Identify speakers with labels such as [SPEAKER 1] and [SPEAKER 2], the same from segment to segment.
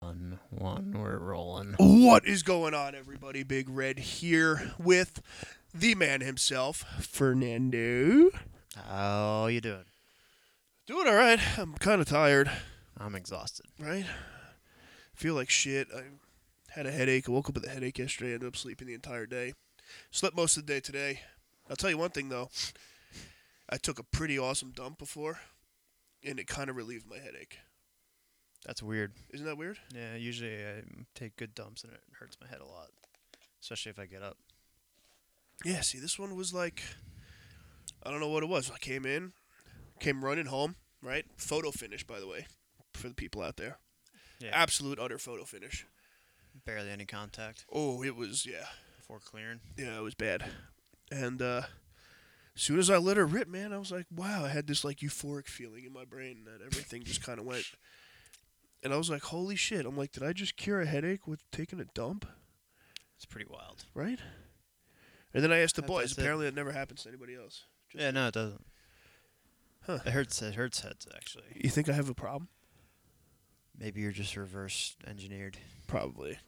[SPEAKER 1] One, one, we're rolling.
[SPEAKER 2] What is going on, everybody? Big Red here with the man himself, Fernando.
[SPEAKER 1] How you doing?
[SPEAKER 2] Doing all right. I'm kind of tired,
[SPEAKER 1] I'm exhausted.
[SPEAKER 2] right? Feel like shit. I had a headache. I woke up with a headache yesterday. Ended up sleeping the entire day. Slept most of the day today. I'll tell you one thing though. I took a pretty awesome dump before, and it kind of relieved my headache.
[SPEAKER 1] That's weird.
[SPEAKER 2] Isn't that weird?
[SPEAKER 1] Yeah, usually I take good dumps and it hurts my head a lot, especially if I get up.
[SPEAKER 2] Yeah, see, this one was like, I don't know what it was. I came in, came running home, right? Photo finish, by the way, for the people out there.
[SPEAKER 1] Yeah.
[SPEAKER 2] Absolute utter photo finish.
[SPEAKER 1] Barely any contact
[SPEAKER 2] Oh, it was, yeah.
[SPEAKER 1] before clearing.
[SPEAKER 2] Yeah, it was bad. And uh, as soon as I let her rip, man, I was like, wow, I had this like euphoric feeling in my brain that everything just kind of went. And I was like, holy shit. I'm like, did I just cure a headache with taking a dump?
[SPEAKER 1] It's pretty wild.
[SPEAKER 2] Right? And then I asked the
[SPEAKER 1] That-
[SPEAKER 2] boys.
[SPEAKER 1] that's it.
[SPEAKER 2] Apparently, that never happens to anybody else.
[SPEAKER 1] Yeah, no, it doesn't.
[SPEAKER 2] Huh.
[SPEAKER 1] It hurts. It hurts heads actually.
[SPEAKER 2] You think I have a problem?
[SPEAKER 1] Maybe you're just reverse engineered
[SPEAKER 2] Probably.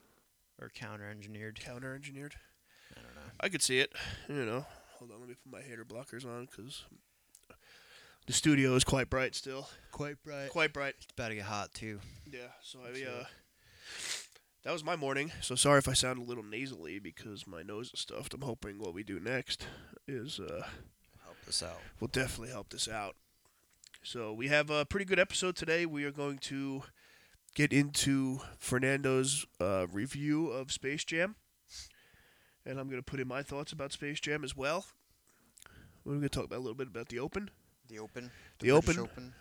[SPEAKER 1] or counter engineered.
[SPEAKER 2] counter engineered.
[SPEAKER 1] I don't know.
[SPEAKER 2] I could see it. You know, hold on, let me put my hater blockers on because the studio is quite bright still.
[SPEAKER 1] Quite bright.
[SPEAKER 2] Quite bright.
[SPEAKER 1] It's about to get hot too.
[SPEAKER 2] Yeah. So I
[SPEAKER 1] Sure.
[SPEAKER 2] uh, that was my morning. So sorry if I sound a little nasally because my nose is stuffed. I'm hoping what we do next is uh,
[SPEAKER 1] Help us out.
[SPEAKER 2] will definitely help this out. So we have a pretty good episode today. We are going to get into Fernando's uh, review of Space Jam, and I'm going to put in my thoughts about Space Jam as well. We're going to talk about a little bit about the Open,
[SPEAKER 1] The Open.
[SPEAKER 2] The The British Open.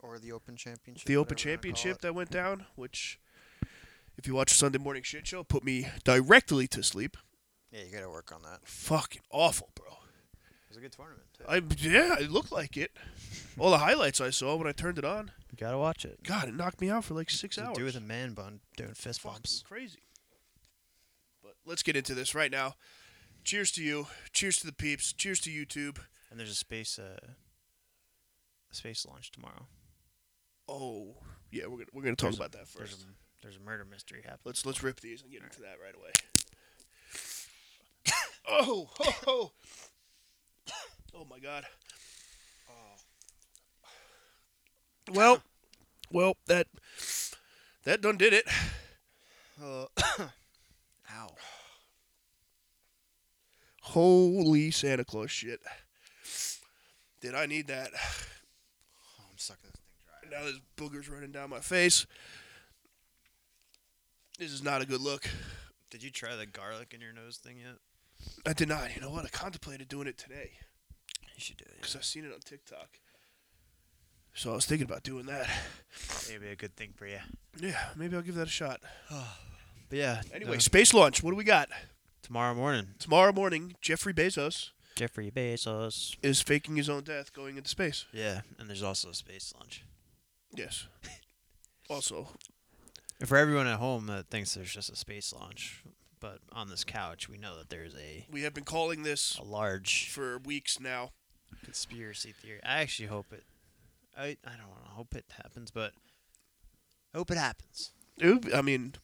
[SPEAKER 1] Or the Open Championship.
[SPEAKER 2] the Open Championship that went down, which. If you watch Sunday Morning Shit Show, put me directly to sleep.
[SPEAKER 1] Yeah, you got to work on that.
[SPEAKER 2] Fucking awful, bro.
[SPEAKER 1] It was a good tournament. Too.
[SPEAKER 2] I yeah, it looked like it. All the highlights I saw when I turned it on,
[SPEAKER 1] You gotta watch it.
[SPEAKER 2] God, it knocked me out for like six hours.
[SPEAKER 1] Do with a man bun doing fist
[SPEAKER 2] fucking
[SPEAKER 1] bumps.
[SPEAKER 2] crazy. But let's get into this right now. Cheers to you. Cheers to the peeps. Cheers to YouTube.
[SPEAKER 1] And there's a space, uh, a space launch tomorrow.
[SPEAKER 2] Oh, yeah, we're gonna we're gonna talk
[SPEAKER 1] There's a-
[SPEAKER 2] about that
[SPEAKER 1] There's a,
[SPEAKER 2] first.
[SPEAKER 1] there's a murder mystery happening.
[SPEAKER 2] Let's let's rip these and get into that right away. oh, oh, oh, oh my God.
[SPEAKER 1] Oh.
[SPEAKER 2] Well, well, that that done did it.
[SPEAKER 1] Uh, ow!
[SPEAKER 2] Holy Santa Claus shit. Did I need that?
[SPEAKER 1] Oh, I'm sucking this thing dry.
[SPEAKER 2] Now there's boogers running down my face. This is not a good look.
[SPEAKER 1] Did you try the garlic in your nose thing yet?
[SPEAKER 2] I did not. You know what? I contemplated doing it today
[SPEAKER 1] You should do it.
[SPEAKER 2] because I've seen it on TikTok. So I was thinking about doing that.
[SPEAKER 1] Maybe a good thing for you.
[SPEAKER 2] Yeah, maybe I'll give that a shot.
[SPEAKER 1] But yeah.
[SPEAKER 2] Anyway,
[SPEAKER 1] uh,
[SPEAKER 2] space launch. What do we got?
[SPEAKER 1] tomorrow morning,
[SPEAKER 2] Tomorrow morning, Jeffrey Bezos
[SPEAKER 1] Jeffrey Bezos.
[SPEAKER 2] is faking his own death going into space.
[SPEAKER 1] Yeah, and there's also a space launch.
[SPEAKER 2] Yes. Also,
[SPEAKER 1] And for everyone at home that thinks there's just a space launch, but on this couch, we know that there's a
[SPEAKER 2] we have been calling this
[SPEAKER 1] a large
[SPEAKER 2] for weeks now.
[SPEAKER 1] conspiracy theory. I actually hope it. I I don't want to hope it happens, but I hope it happens.
[SPEAKER 2] It would be- I mean,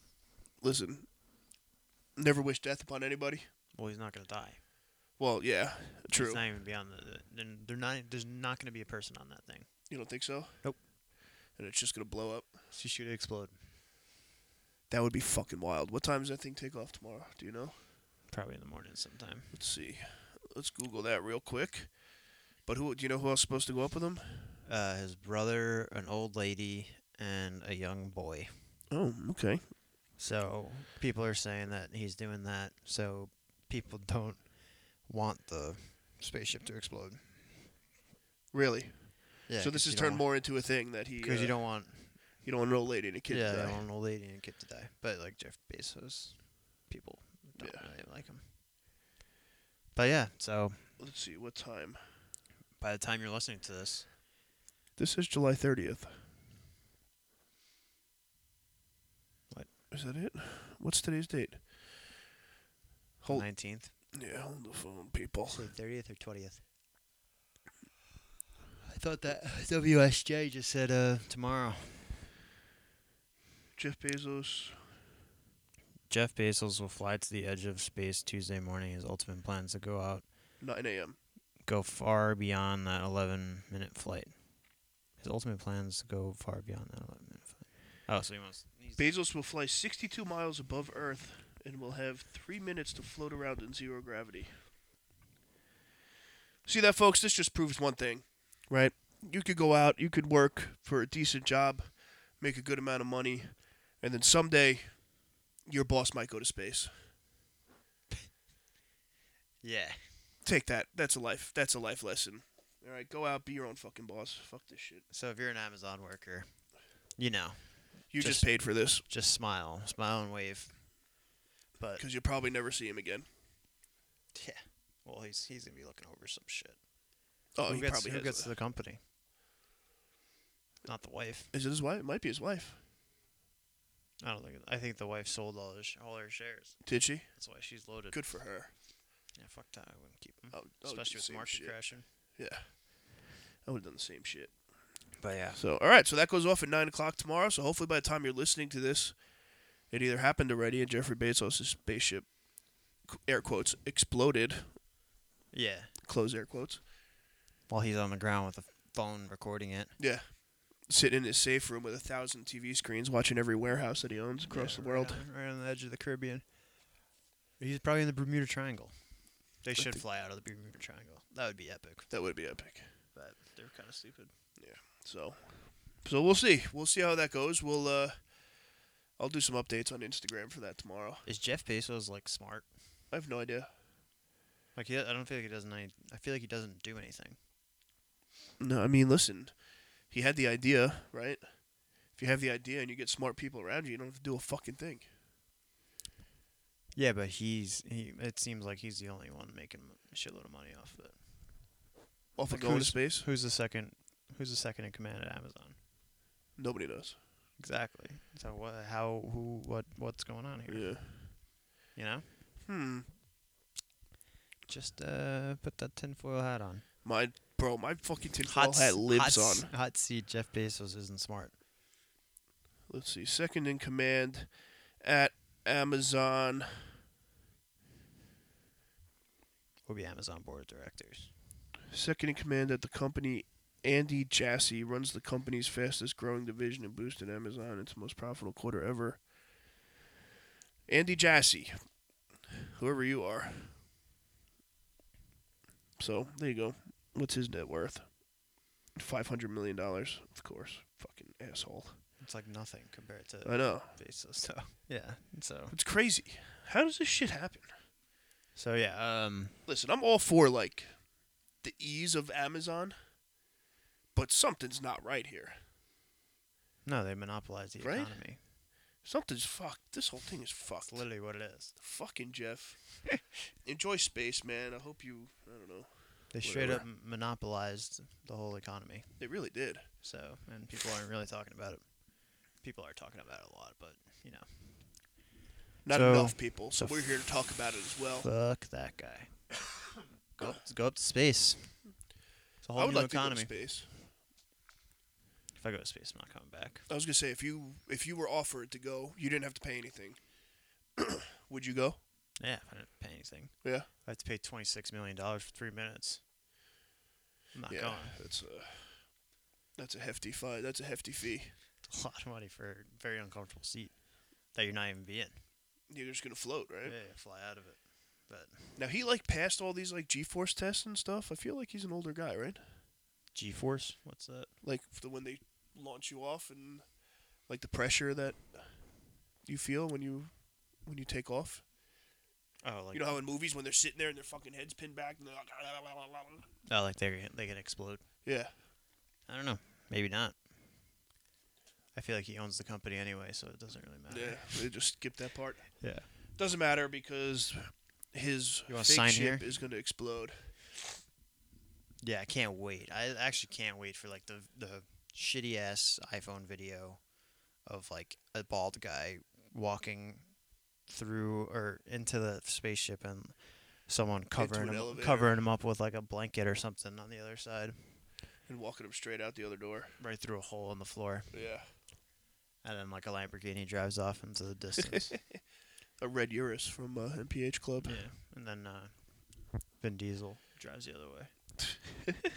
[SPEAKER 2] listen, never wish death upon anybody.
[SPEAKER 1] Well, he's not gonna die.
[SPEAKER 2] Well, yeah, true.
[SPEAKER 1] He's not even beyond the. the then they're not. There's not gonna be a person on that thing.
[SPEAKER 2] You don't think so?
[SPEAKER 1] Nope.
[SPEAKER 2] And it's just gonna blow up.
[SPEAKER 1] She should explode.
[SPEAKER 2] That would be fucking wild. What time does that thing take off tomorrow? Do you know?
[SPEAKER 1] Probably in the morning sometime.
[SPEAKER 2] Let's see. Let's Google that real quick. But who do you know who else is supposed to go up with him?
[SPEAKER 1] Uh, his brother, an old lady, and a young boy.
[SPEAKER 2] Oh, okay.
[SPEAKER 1] So people are saying that he's doing that. So people don't want the spaceship to explode.
[SPEAKER 2] Really?
[SPEAKER 1] Yeah.
[SPEAKER 2] so this has turned more into a thing that he
[SPEAKER 1] because
[SPEAKER 2] uh,
[SPEAKER 1] you don't want
[SPEAKER 2] you don't want an old lady and a kid
[SPEAKER 1] yeah,
[SPEAKER 2] to
[SPEAKER 1] they
[SPEAKER 2] die.
[SPEAKER 1] want an old lady and a kid to die. But like Jeff Bezos, people don't
[SPEAKER 2] Yeah.
[SPEAKER 1] really like him. But yeah, so
[SPEAKER 2] Let's see what time.
[SPEAKER 1] by the time you're listening to this,
[SPEAKER 2] This is July thirtieth.
[SPEAKER 1] What?
[SPEAKER 2] is that? It? What's today's date? Hold.
[SPEAKER 1] nineteenth,
[SPEAKER 2] Yeah, hold the phone, people.
[SPEAKER 1] thirtieth or twentieth. I thought that WSJ just said uh tomorrow.
[SPEAKER 2] Jeff Bezos
[SPEAKER 1] Jeff Bezos will fly to the edge of space Tuesday morning. His ultimate plan is to go out,
[SPEAKER 2] 9 a.m.
[SPEAKER 1] go far beyond that 11 minute flight. His ultimate plan is to go far beyond that 11 minute flight. Oh, so he wants. he's-
[SPEAKER 2] Bezos will fly 62 miles above Earth and will have three minutes to float around in zero gravity. See that, folks? This just proves one thing, right? You could go out, you could work for a decent job, make a good amount of money, and then someday your boss might go to space.
[SPEAKER 1] Yeah.
[SPEAKER 2] Take that. That's a life. That's a life lesson. All right, go out, be your own fucking boss. Fuck this shit.
[SPEAKER 1] So if you're an Amazon worker, you know,
[SPEAKER 2] You just
[SPEAKER 1] Just-
[SPEAKER 2] paid for this
[SPEAKER 1] just smile, smile and wave. But
[SPEAKER 2] because you'll probably never see him again.
[SPEAKER 1] yeah, well, he's he's gonna be looking over some shit.
[SPEAKER 2] Oh,
[SPEAKER 1] who
[SPEAKER 2] he
[SPEAKER 1] gets,
[SPEAKER 2] probably
[SPEAKER 1] who
[SPEAKER 2] has
[SPEAKER 1] gets
[SPEAKER 2] a-
[SPEAKER 1] the company? Not the wife.
[SPEAKER 2] Is it his wife? It might be his wife.
[SPEAKER 1] I don't think. I think the wife sold all her, sh- all her shares.
[SPEAKER 2] Did she?
[SPEAKER 1] That's why she's loaded.
[SPEAKER 2] Good for her.
[SPEAKER 1] Yeah, fuck that. I wouldn't keep them,
[SPEAKER 2] I would- I would do
[SPEAKER 1] especially
[SPEAKER 2] the
[SPEAKER 1] with the
[SPEAKER 2] Oh, same
[SPEAKER 1] market
[SPEAKER 2] shit.
[SPEAKER 1] crashing.
[SPEAKER 2] Yeah. I would have done the same shit.
[SPEAKER 1] But yeah,
[SPEAKER 2] So, all right. So that goes off at 9 o'clock tomorrow. So hopefully by the time you're listening to this, it either happened already and Jeffrey Bezos' spaceship, qu- air quotes, exploded,
[SPEAKER 1] yeah.
[SPEAKER 2] close air quotes,
[SPEAKER 1] While he's on the ground with a phone recording it,
[SPEAKER 2] sitting in his safe room with a thousand TV screens watching every warehouse that he owns across
[SPEAKER 1] Yeah,
[SPEAKER 2] the world.
[SPEAKER 1] right on, right on the edge of the Caribbean. He's probably in the Bermuda Triangle. They should
[SPEAKER 2] think-
[SPEAKER 1] fly out of the Bermuda Triangle. That would be epic.
[SPEAKER 2] That would be epic.
[SPEAKER 1] But they're kind of stupid.
[SPEAKER 2] So, so we'll see. We'll see how that goes. We'll, uh, I'll do some updates on Instagram for that tomorrow.
[SPEAKER 1] Is Jeff Bezos like smart?
[SPEAKER 2] I have no idea.
[SPEAKER 1] Like he, I don't feel like he doesn't. Any, I feel like he doesn't do anything.
[SPEAKER 2] No, I mean, listen, he had the idea, right? If you have the idea and you get smart people around you, you don't have to do a fucking thing.
[SPEAKER 1] Yeah, but he's he. It seems like he's the only one making a shitload of money off it.
[SPEAKER 2] Off of
[SPEAKER 1] Like,
[SPEAKER 2] going to
[SPEAKER 1] who's-
[SPEAKER 2] space,
[SPEAKER 1] Who's the second? Who's the second in command at Amazon?
[SPEAKER 2] nobody knows.
[SPEAKER 1] Exactly. So what? How? Who? What? What's going on here?
[SPEAKER 2] Yeah.
[SPEAKER 1] You know,
[SPEAKER 2] Hmm.
[SPEAKER 1] just uh, put that tinfoil hat on.
[SPEAKER 2] My bro, my fucking tinfoil hat
[SPEAKER 1] s- hot
[SPEAKER 2] lives
[SPEAKER 1] s-
[SPEAKER 2] on.
[SPEAKER 1] Hot seat. Jeff Bezos isn't smart.
[SPEAKER 2] Let's see, second in command at Amazon.
[SPEAKER 1] Will be Amazon board of directors.
[SPEAKER 2] Second in command at the company, Andy Jassy runs the company's fastest growing division and boosted Amazon its most profitable quarter ever. Andy Jassy, whoever you are. So there you go. What's his net worth? Five hundred million dollars, of course. Fucking asshole.
[SPEAKER 1] It's like nothing compared to
[SPEAKER 2] I know.
[SPEAKER 1] Bezos. So yeah. So
[SPEAKER 2] It's crazy. How does this shit happen?
[SPEAKER 1] so yeah. Um.
[SPEAKER 2] Listen, I'm all for like the ease of Amazon, but something's not right here.
[SPEAKER 1] No, they monopolize the
[SPEAKER 2] Right?
[SPEAKER 1] economy.
[SPEAKER 2] Something's fucked. This whole thing is
[SPEAKER 1] It's
[SPEAKER 2] fucked.
[SPEAKER 1] literally what it is.
[SPEAKER 2] Fucking Jeff. Enjoy space, man. I hope you. I don't know.
[SPEAKER 1] They straight up m- monopolized the whole economy.
[SPEAKER 2] They really did.
[SPEAKER 1] So, and people aren't really talking about it. People are talking about it a lot, but you know,
[SPEAKER 2] Not
[SPEAKER 1] So-
[SPEAKER 2] enough people. So
[SPEAKER 1] so
[SPEAKER 2] we're here to talk about it as well.
[SPEAKER 1] fuck that guy. go, up, go up to space. It's a whole
[SPEAKER 2] I would
[SPEAKER 1] new
[SPEAKER 2] like
[SPEAKER 1] economy.
[SPEAKER 2] to go to space.
[SPEAKER 1] if I go to space, I'm not coming back.
[SPEAKER 2] I was gonna say if you if you were offered to go, you didn't have to pay anything. Would you go?
[SPEAKER 1] Yeah, if I didn't pay anything.
[SPEAKER 2] Yeah.
[SPEAKER 1] I have to pay twenty six million dollars for three minutes. I'm not
[SPEAKER 2] yeah,
[SPEAKER 1] going.
[SPEAKER 2] that's a that's a hefty fee. That's a hefty fee.
[SPEAKER 1] It's a lot of money for a very uncomfortable seat that you're not even being.
[SPEAKER 2] You're just gonna float, right?
[SPEAKER 1] Yeah, fly out of it. But
[SPEAKER 2] Now he like passed all these like G-force tests and stuff. I feel like he's an older guy, right?
[SPEAKER 1] G force, what's that?
[SPEAKER 2] Like the when they launch you off and like the pressure that you feel when you when you take off.
[SPEAKER 1] Oh, like
[SPEAKER 2] you know how in movies when they're sitting there and their fucking heads pinned back and they're like,
[SPEAKER 1] oh, like they they can explode.
[SPEAKER 2] yeah.
[SPEAKER 1] Uh, I don't know. Maybe not. I feel like he owns the company anyway, so it doesn't really matter.
[SPEAKER 2] Yeah, they just skip that part.
[SPEAKER 1] Yeah.
[SPEAKER 2] Doesn't matter because his
[SPEAKER 1] You wanna
[SPEAKER 2] fake
[SPEAKER 1] sign
[SPEAKER 2] ship is going to explode.
[SPEAKER 1] Yeah, I can't wait. I actually can't wait for like the the shitty ass iPhone video of like a bald guy walking through or into the spaceship and someone covering
[SPEAKER 2] an
[SPEAKER 1] him
[SPEAKER 2] elevator.
[SPEAKER 1] covering him up with like a blanket or something on the other side,
[SPEAKER 2] And walking him straight out the other door.
[SPEAKER 1] right through a hole in the floor,
[SPEAKER 2] Yeah.
[SPEAKER 1] and then like a Lamborghini drives off into the distance.
[SPEAKER 2] a red Urus from uh, MPH Club.
[SPEAKER 1] Yeah, and then uh, Vin Diesel drives the other way.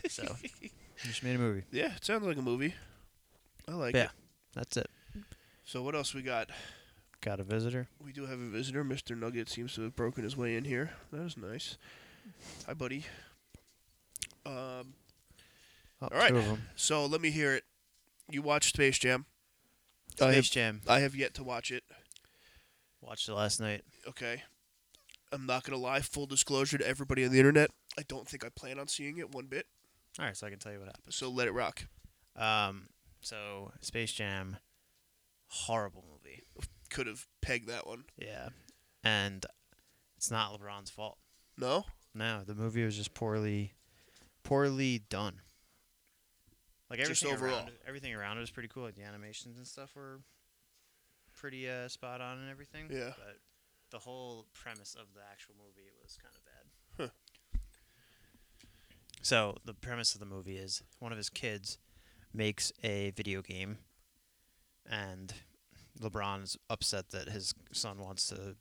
[SPEAKER 1] so you just made a movie.
[SPEAKER 2] Yeah, it sounds like a movie. I like
[SPEAKER 1] Yeah.
[SPEAKER 2] it.
[SPEAKER 1] That's it.
[SPEAKER 2] So what else we got?
[SPEAKER 1] Got a visitor.
[SPEAKER 2] We do have a visitor. Mr. Nugget seems to have broken his way in here. That is nice. Hi, buddy. Um,
[SPEAKER 1] Oh,
[SPEAKER 2] All right.
[SPEAKER 1] Two of them.
[SPEAKER 2] so let me hear it. You watched Space Jam. I
[SPEAKER 1] Space
[SPEAKER 2] have,
[SPEAKER 1] Jam.
[SPEAKER 2] I have yet to watch it.
[SPEAKER 1] Watched it last night.
[SPEAKER 2] Okay. I'm not gonna lie. Full disclosure to everybody on the internet. I don't think I plan on seeing it one bit.
[SPEAKER 1] All right, so I can tell you what happened.
[SPEAKER 2] So let it rock.
[SPEAKER 1] Um, so Space Jam, horrible movie.
[SPEAKER 2] Could have pegged that one.
[SPEAKER 1] Yeah, and it's not LeBron's fault.
[SPEAKER 2] No.
[SPEAKER 1] No, the movie was just poorly, poorly done. Like
[SPEAKER 2] Just
[SPEAKER 1] everything
[SPEAKER 2] overall.
[SPEAKER 1] around, it- everything around it was pretty cool. Like the animations and stuff were pretty uh, spot on and everything.
[SPEAKER 2] Yeah.
[SPEAKER 1] But the whole premise of the actual movie was kind of bad.
[SPEAKER 2] Huh.
[SPEAKER 1] So the premise of the movie is one of his kids makes a video game, and LeBron's upset that his son wants to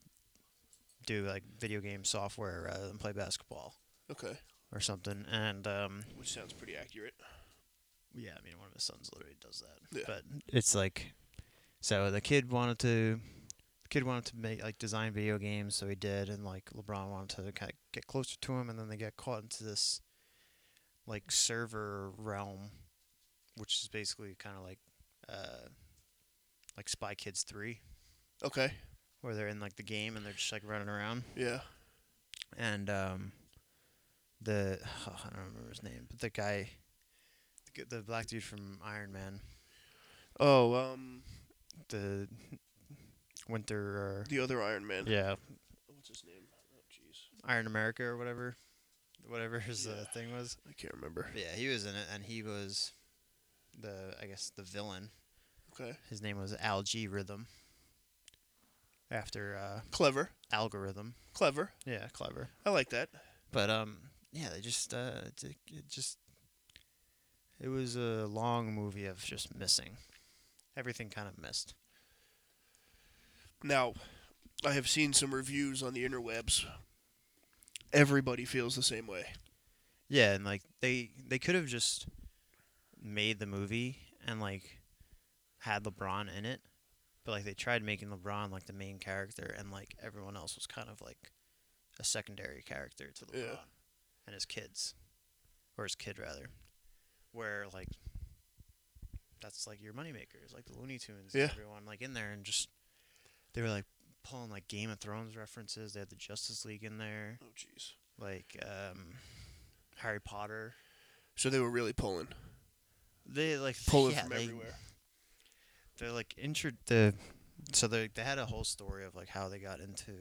[SPEAKER 1] do like video game software rather than play basketball
[SPEAKER 2] Okay.
[SPEAKER 1] or something. And um,
[SPEAKER 2] Which sounds pretty accurate.
[SPEAKER 1] yeah, I mean, one of his sons literally does that.
[SPEAKER 2] Yeah.
[SPEAKER 1] But it's like, so the kid wanted to, the kid wanted to make like design video games, so he did, and like LeBron wanted to kind of get closer to him, and then they got caught into this, like server realm, which is basically kind of like, uh, like Spy Kids three,
[SPEAKER 2] Okay.
[SPEAKER 1] where they're in like the game and they're just like running around.
[SPEAKER 2] Yeah.
[SPEAKER 1] and um, the I don't remember his name, but the guy, the, g- the black dude from Iron Man,
[SPEAKER 2] Oh, um,
[SPEAKER 1] the Winter,
[SPEAKER 2] the other Iron Man.
[SPEAKER 1] or, yeah,
[SPEAKER 2] What's his name? Oh, jeez.
[SPEAKER 1] Iron America or whatever, whatever his uh,
[SPEAKER 2] Yeah.
[SPEAKER 1] thing was.
[SPEAKER 2] I can't remember.
[SPEAKER 1] But yeah, he was in it, and he was the I guess the villain.
[SPEAKER 2] Okay.
[SPEAKER 1] His name was Al G Rhythm. After uh,
[SPEAKER 2] Clever.
[SPEAKER 1] algorithm,
[SPEAKER 2] Clever.
[SPEAKER 1] yeah, clever.
[SPEAKER 2] I like that.
[SPEAKER 1] But um, yeah, they just uh, it, it just it was a long movie of just missing. Everything kind of missed.
[SPEAKER 2] Now, I have seen some reviews on the interwebs. Everybody feels the same way.
[SPEAKER 1] Yeah, and like they they could have just made the movie and like had LeBron in it, but like they tried making LeBron like the main character, and like everyone else was kind of like a secondary character to LeBron
[SPEAKER 2] Yeah.
[SPEAKER 1] and his kids, or his kid rather, where like that's like your moneymakers, like the Looney Tunes, and
[SPEAKER 2] Yeah.
[SPEAKER 1] everyone like in there, and just they were like pulling like Game of Thrones references. They had the Justice League in there,
[SPEAKER 2] Oh, jeez.
[SPEAKER 1] like um, Harry Potter.
[SPEAKER 2] So they were really pulling,
[SPEAKER 1] They like
[SPEAKER 2] pulling
[SPEAKER 1] yeah,
[SPEAKER 2] from
[SPEAKER 1] they,
[SPEAKER 2] everywhere.
[SPEAKER 1] They're like intro the so they they had a whole story of like how they got into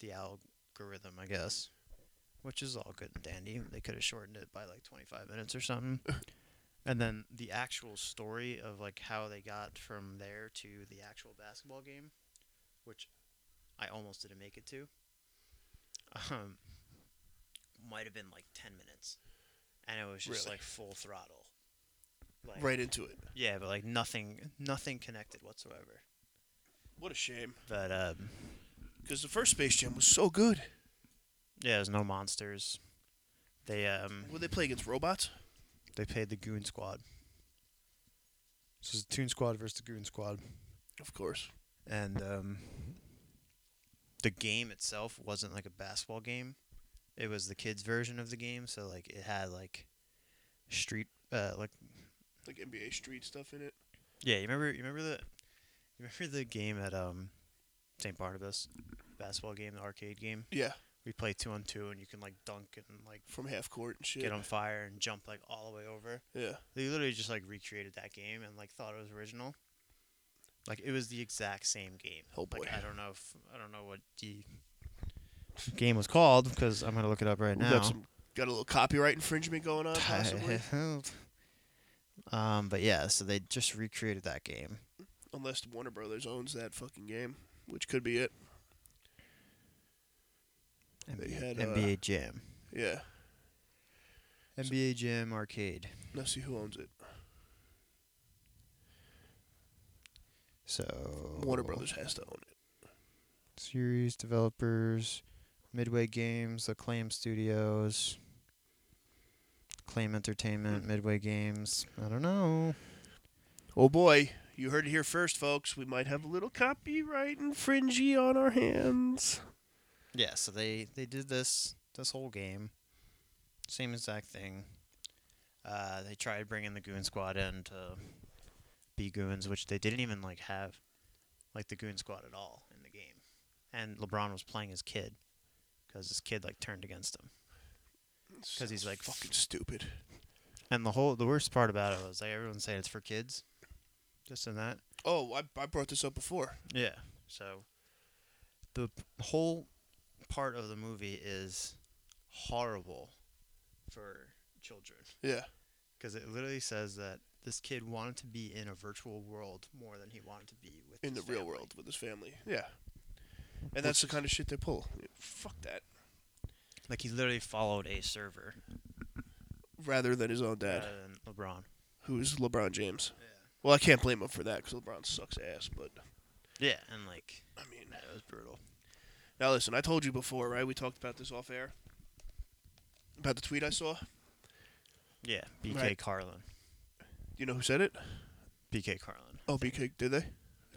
[SPEAKER 1] the algorithm, I guess, which is all good and dandy. They could have shortened it by like 25 minutes or something. and then the actual story of like how they got from there to the actual basketball game, which I almost didn't make it to. Um might have been like 10 minutes. And it was just
[SPEAKER 2] Really?
[SPEAKER 1] like full throttle. Like,
[SPEAKER 2] Right into it.
[SPEAKER 1] yeah, but like nothing, nothing connected whatsoever.
[SPEAKER 2] What a shame.
[SPEAKER 1] But um,
[SPEAKER 2] Because the first Space Jam was so good.
[SPEAKER 1] yeah, there's no monsters. They um,
[SPEAKER 2] Would they play against robots?
[SPEAKER 1] they paid the Goon Squad. This is the Toon Squad versus the Goon Squad,
[SPEAKER 2] Of course.
[SPEAKER 1] and um, the game itself wasn't like a basketball game. It was the kids' version of the game, so like it had like street, uh, like
[SPEAKER 2] Like NBA Street stuff in it.
[SPEAKER 1] yeah, you remember, you remember the, you remember the game at um, St. Barnabas, basketball game, the arcade game.
[SPEAKER 2] Yeah.
[SPEAKER 1] we play two on two and you can like dunk and like
[SPEAKER 2] From half court and shit.
[SPEAKER 1] get on fire and jump like all the way over.
[SPEAKER 2] Yeah.
[SPEAKER 1] They literally just like recreated that game and like thought it was original. Like it was the exact same game.
[SPEAKER 2] Oh boy.
[SPEAKER 1] Like I don't know if I don't know what the game was called because I'm gonna look it up right
[SPEAKER 2] We
[SPEAKER 1] now.
[SPEAKER 2] got some. Got a little copyright infringement going on, possibly.
[SPEAKER 1] um, but yeah, so they just recreated that game.
[SPEAKER 2] Unless Warner Brothers owns that fucking game, which could be it. They
[SPEAKER 1] NBA,
[SPEAKER 2] had, uh,
[SPEAKER 1] NBA Jam,
[SPEAKER 2] Yeah.
[SPEAKER 1] NBA Jam Arcade.
[SPEAKER 2] Let's see who owns it.
[SPEAKER 1] So Oh.
[SPEAKER 2] Warner Brothers has to own it.
[SPEAKER 1] series developers, Midway Games, Acclaim Studios, Acclaim Entertainment, Midway Games. I don't know.
[SPEAKER 2] Oh boy, you heard it here first, folks. We might have a little copyright infringy on our hands.
[SPEAKER 1] Yeah, so they they did this this whole game, same exact thing. Uh, they tried bringing the Goon Squad in to be goons, which they didn't even like have like the Goon Squad at all in the game. And LeBron was playing his kid because his kid like turned against him.
[SPEAKER 2] Because
[SPEAKER 1] he's like,
[SPEAKER 2] fucking stupid.
[SPEAKER 1] And the whole the worst part about it was like everyone saying it's for kids, just in that.
[SPEAKER 2] Oh, I, I brought this up before.
[SPEAKER 1] Yeah. So the p- whole part of the movie is horrible for children
[SPEAKER 2] Yeah.
[SPEAKER 1] because it literally says that this kid wanted to be in a virtual world more than he wanted to be with
[SPEAKER 2] In the
[SPEAKER 1] his
[SPEAKER 2] real
[SPEAKER 1] family.
[SPEAKER 2] world with his family. Yeah. And that's the kind of shit they pull. Fuck that.
[SPEAKER 1] Like he literally followed a server
[SPEAKER 2] Rather than his own dad,
[SPEAKER 1] rather than LeBron.
[SPEAKER 2] who's LeBron James.
[SPEAKER 1] Uh, Yeah.
[SPEAKER 2] Well, I can't blame him for that because LeBron sucks ass, but
[SPEAKER 1] Yeah, and like
[SPEAKER 2] I mean.
[SPEAKER 1] that was brutal.
[SPEAKER 2] Now listen, I told you before, right? We talked about this off air. About the tweet I saw.
[SPEAKER 1] Yeah, BK
[SPEAKER 2] Right.
[SPEAKER 1] Carlin.
[SPEAKER 2] You know who said it?
[SPEAKER 1] BK Carlin.
[SPEAKER 2] Oh, BK, did they?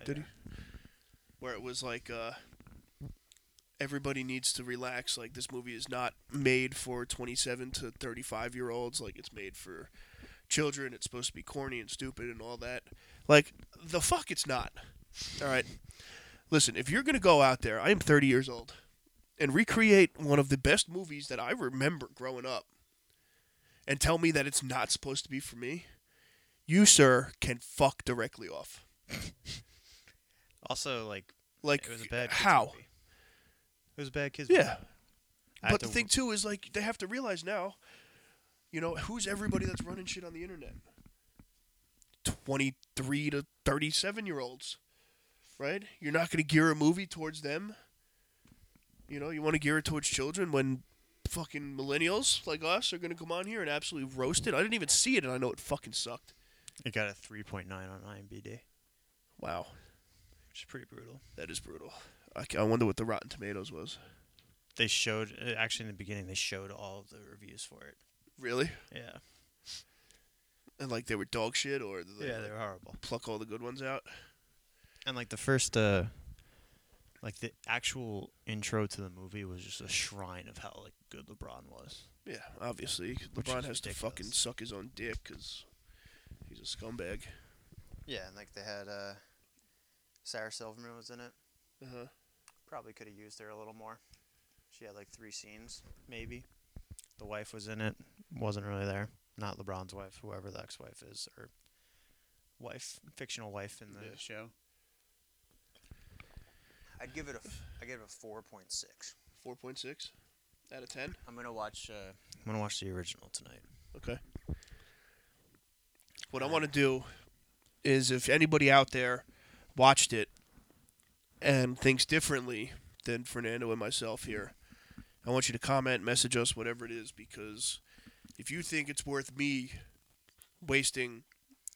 [SPEAKER 2] Did
[SPEAKER 1] Yeah.
[SPEAKER 2] he? Where it was like, uh, everybody needs to relax. Like, this movie is not made for 27 to 35 year olds. Like, it's made for children. It's supposed to be corny and stupid and all that. Like, the fuck it's not. All right. Listen, if you're going to go out there, I am 30 years old, and recreate one of the best movies that I remember growing up, and tell me that it's not supposed to be for me, you, sir, can fuck directly off.
[SPEAKER 1] Also, like
[SPEAKER 2] Like
[SPEAKER 1] it was a bad kids
[SPEAKER 2] how?
[SPEAKER 1] movie. It was a bad kids. movie.
[SPEAKER 2] Yeah,
[SPEAKER 1] I have
[SPEAKER 2] but the
[SPEAKER 1] to-
[SPEAKER 2] thing too is like they have to realize now. You know who's everybody that's running shit on the internet? Twenty-three to thirty-seven year olds, right? You're not going to gear a movie towards them. You know you want to gear it towards children when fucking millennials like us are going to come on here and absolutely roast it. I didn't even see it and I know it fucking sucked.
[SPEAKER 1] It got a 3.9 on IMDb, which
[SPEAKER 2] Wow,
[SPEAKER 1] is pretty brutal.
[SPEAKER 2] that is brutal. I, ca- I wonder what the Rotten Tomatoes was.
[SPEAKER 1] They showed uh, actually in the beginning they showed all of the reviews for it.
[SPEAKER 2] Really?
[SPEAKER 1] Yeah,
[SPEAKER 2] And like they were dog shit or did they,
[SPEAKER 1] yeah,
[SPEAKER 2] like,
[SPEAKER 1] they're horrible.
[SPEAKER 2] pluck all the good ones out?
[SPEAKER 1] And like the first, uh like the actual intro to the movie was just a shrine of how like good LeBron was.
[SPEAKER 2] Yeah, obviously.
[SPEAKER 1] Which
[SPEAKER 2] LeBron
[SPEAKER 1] is
[SPEAKER 2] has to
[SPEAKER 1] ridiculous.
[SPEAKER 2] fucking suck his own dick because he's a scumbag.
[SPEAKER 1] Yeah, and like they had uh Sarah Silverman was in it.
[SPEAKER 2] Uh-huh.
[SPEAKER 1] Probably could have used her a little more. She had like three scenes, maybe. The wife was in it, wasn't really there. Not LeBron's wife, whoever the ex-wife is, or wife, fictional wife in the
[SPEAKER 2] Yeah.
[SPEAKER 1] show. I'd give it a, I give it a four point six.
[SPEAKER 2] 4.6 out of 10.
[SPEAKER 1] I'm gonna watch. Uh, I'm gonna watch the original tonight.
[SPEAKER 2] Okay. What I want to do is if anybody out there watched it and thinks differently than Fernando and myself here, I want you to comment, message us, whatever it is, because if you think it's worth me wasting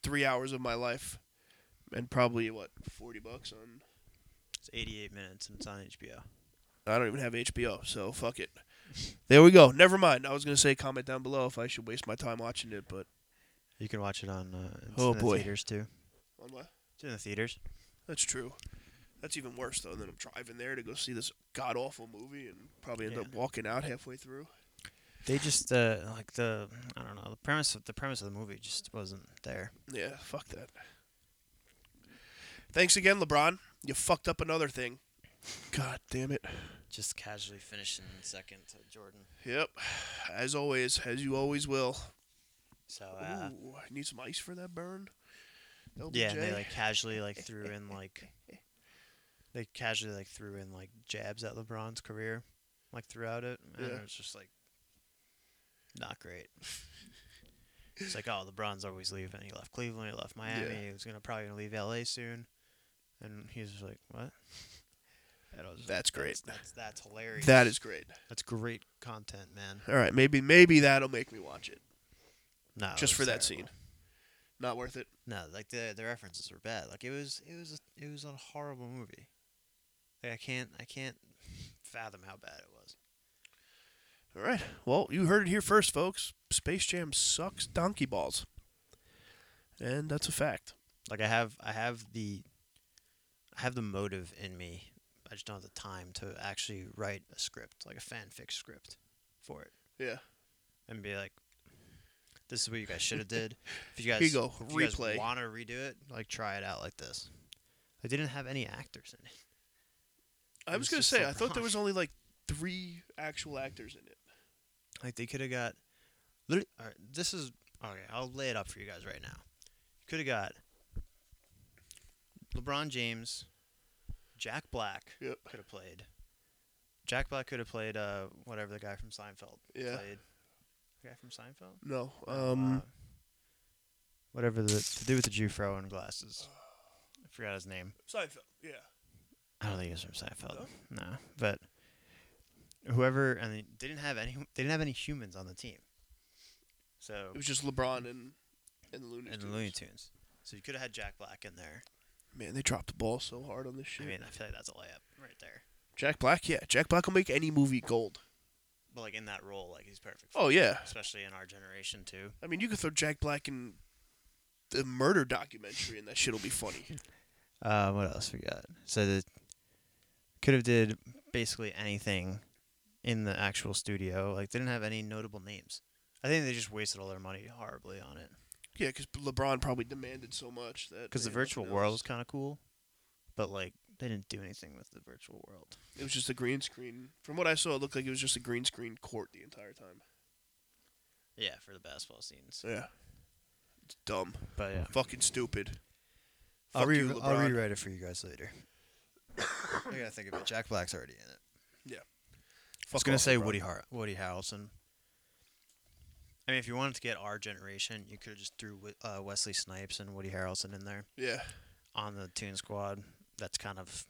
[SPEAKER 2] three hours of my life and probably, what, 40 bucks on.
[SPEAKER 1] It's 88 minutes and it's on HBO.
[SPEAKER 2] I don't even have HBO, so fuck it. There we go. Never mind. I was going to say comment down below if I should waste my time watching it, but.
[SPEAKER 1] You can watch it on. Uh, it's
[SPEAKER 2] Oh,
[SPEAKER 1] in the
[SPEAKER 2] boy.
[SPEAKER 1] theaters too.
[SPEAKER 2] On what?
[SPEAKER 1] It's in the theaters.
[SPEAKER 2] That's true. That's even worse though than I'm driving there to go see this god awful movie and probably end
[SPEAKER 1] Yeah.
[SPEAKER 2] up walking out halfway through.
[SPEAKER 1] They just uh, like the I don't know the premise of the premise of the movie just wasn't there.
[SPEAKER 2] Yeah, fuck that. Thanks again, LeBron. You fucked up another thing. God damn it.
[SPEAKER 1] Just casually finishing second to Jordan.
[SPEAKER 2] Yep. As always, as you always will.
[SPEAKER 1] So
[SPEAKER 2] Ooh,
[SPEAKER 1] uh,
[SPEAKER 2] I need some ice for that burn. LBJ.
[SPEAKER 1] yeah, and they like casually like threw in like they casually like threw in like jabs at LeBron's career, like throughout it, and
[SPEAKER 2] Yeah.
[SPEAKER 1] it was just like not great. it's like oh, LeBron's always leaving. He left Cleveland. He left Miami. He was gonna probably gonna leave LA soon, and he was just like what? And I was just like,
[SPEAKER 2] That's great.
[SPEAKER 1] That's, that's, that's hilarious.
[SPEAKER 2] that is great.
[SPEAKER 1] that's great content, man.
[SPEAKER 2] All right, maybe maybe that'll make me watch it
[SPEAKER 1] No, it
[SPEAKER 2] just for
[SPEAKER 1] was
[SPEAKER 2] that
[SPEAKER 1] Oh, terrible.
[SPEAKER 2] scene. Not worth it.
[SPEAKER 1] No, like the the references were bad. Like it was it was it was a horrible movie. Like, I can't I can't fathom how bad it was.
[SPEAKER 2] All right. Well, you heard it here first, folks. Space Jam sucks donkey balls. And that's a fact.
[SPEAKER 1] Like I have I have the I have the motive in me. I just don't have the time to actually write a script, like a fanfic script for it.
[SPEAKER 2] Yeah.
[SPEAKER 1] And be like this is what you guys should have did. If you guys
[SPEAKER 2] Here you go.
[SPEAKER 1] if you guys
[SPEAKER 2] Replay.
[SPEAKER 1] want to redo it, like try it out like this. They didn't have any actors in it.
[SPEAKER 2] I was
[SPEAKER 1] It's
[SPEAKER 2] going
[SPEAKER 1] just
[SPEAKER 2] to say,
[SPEAKER 1] so
[SPEAKER 2] I thought there
[SPEAKER 1] wrong.
[SPEAKER 2] was only like three actual actors in it.
[SPEAKER 1] Like they could have got literally all right, this is okay, I'll lay it up for you guys right now. You could have got LeBron James, Jack Black
[SPEAKER 2] Yep.
[SPEAKER 1] could have played. Jack Black could have played uh whatever the guy from Seinfeld
[SPEAKER 2] Yeah.
[SPEAKER 1] played. The guy from Seinfeld?
[SPEAKER 2] No. Um,
[SPEAKER 1] Uh, whatever the to do with the Jew fro and glasses. I forgot his name.
[SPEAKER 2] Seinfeld. Yeah.
[SPEAKER 1] I don't think it was from Seinfeld. No, but whoever and they didn't have any they didn't have any humans on the team. So
[SPEAKER 2] It was just LeBron and and the Looney
[SPEAKER 1] and the
[SPEAKER 2] Tunes.
[SPEAKER 1] Looney Tunes. So you could have had Jack Black in there.
[SPEAKER 2] Man, they dropped the ball so hard on this
[SPEAKER 1] I
[SPEAKER 2] shit.
[SPEAKER 1] mean, I feel like that's a layup right there.
[SPEAKER 2] Jack Black, yeah. Jack Black will make any movie gold.
[SPEAKER 1] But like in that role, like he's perfect. For
[SPEAKER 2] Oh yeah.
[SPEAKER 1] especially in our generation too.
[SPEAKER 2] I mean, you could throw Jack Black in the murder documentary, and that shit'll be funny.
[SPEAKER 1] Uh, what else we got? So the could have did basically anything in the actual studio. Like they didn't have any notable names. I think they just wasted all their money horribly on it.
[SPEAKER 2] yeah, because LeBron probably demanded so much that.
[SPEAKER 1] Because the
[SPEAKER 2] man,
[SPEAKER 1] virtual
[SPEAKER 2] nothing
[SPEAKER 1] world
[SPEAKER 2] else.
[SPEAKER 1] was kind of cool, but like they didn't do anything with the virtual world.
[SPEAKER 2] It was just a green screen. From what I saw, it looked like it was just a green screen court the entire time.
[SPEAKER 1] Yeah, for the basketball scenes.
[SPEAKER 2] Yeah. It's dumb.
[SPEAKER 1] But yeah,
[SPEAKER 2] Fucking stupid.
[SPEAKER 1] I'll,
[SPEAKER 2] Fuck
[SPEAKER 1] re-
[SPEAKER 2] you,
[SPEAKER 1] I'll
[SPEAKER 2] LeBron.
[SPEAKER 1] rewrite it for you guys later. I gotta think of it. Jack Black's already in it. I was
[SPEAKER 2] Fuck
[SPEAKER 1] gonna
[SPEAKER 2] off,
[SPEAKER 1] say
[SPEAKER 2] LeBron.
[SPEAKER 1] Woody Har- Woody Harrelson. I mean, if you wanted to get our generation, you could have just threw Wi- uh, Wesley Snipes and Woody Harrelson in there
[SPEAKER 2] Yeah.
[SPEAKER 1] on the Toon Squad. That's kind of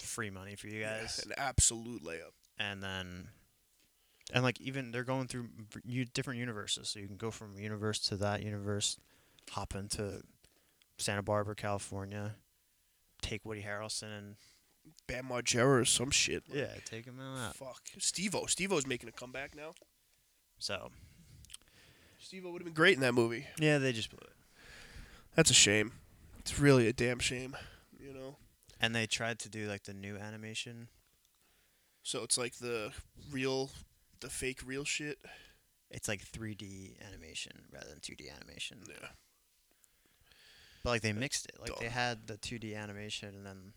[SPEAKER 1] free money for you
[SPEAKER 2] yeah,
[SPEAKER 1] guys.
[SPEAKER 2] An absolute layup.
[SPEAKER 1] And then, and like even they're going through v- u- different universes, so you can go from universe to that universe, hop into Santa Barbara, California, take Woody Harrelson and
[SPEAKER 2] Bam Margera or some shit.
[SPEAKER 1] yeah, take him out.
[SPEAKER 2] Fuck. Steve-O. Steve-O's making a comeback now.
[SPEAKER 1] So
[SPEAKER 2] Steve-O would have been great in that movie.
[SPEAKER 1] yeah, they just blew it.
[SPEAKER 2] That's a shame. It's really a damn shame, you know.
[SPEAKER 1] And they tried to do like the new animation.
[SPEAKER 2] So it's like the real, the fake real shit.
[SPEAKER 1] It's like 3D animation rather than 2D animation.
[SPEAKER 2] Yeah.
[SPEAKER 1] But like they mixed it. Like they
[SPEAKER 2] dumb.
[SPEAKER 1] had the 2D animation and then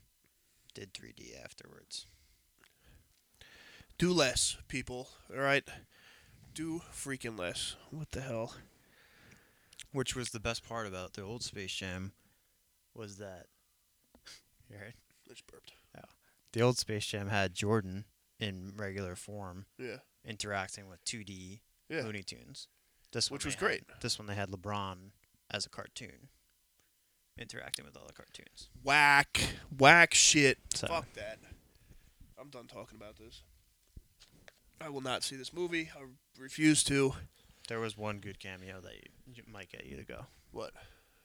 [SPEAKER 1] did 3D afterwards.
[SPEAKER 2] Do less, people. All right. Do freaking less. What the hell?
[SPEAKER 1] Which was the best part about the old Space Jam was that you right.
[SPEAKER 2] I just burped.
[SPEAKER 1] The old Space Jam had Jordan in regular form
[SPEAKER 2] Yeah.
[SPEAKER 1] interacting with 2D
[SPEAKER 2] Yeah.
[SPEAKER 1] Looney Tunes. This
[SPEAKER 2] Which
[SPEAKER 1] one
[SPEAKER 2] was
[SPEAKER 1] they had-
[SPEAKER 2] great.
[SPEAKER 1] This one they had LeBron as a cartoon interacting with all the cartoons.
[SPEAKER 2] Whack. Whack shit.
[SPEAKER 1] So
[SPEAKER 2] Fuck that. I'm done talking about this. I will not see this movie. I refuse to.
[SPEAKER 1] There was one good cameo that you, you might get you to go.
[SPEAKER 2] What?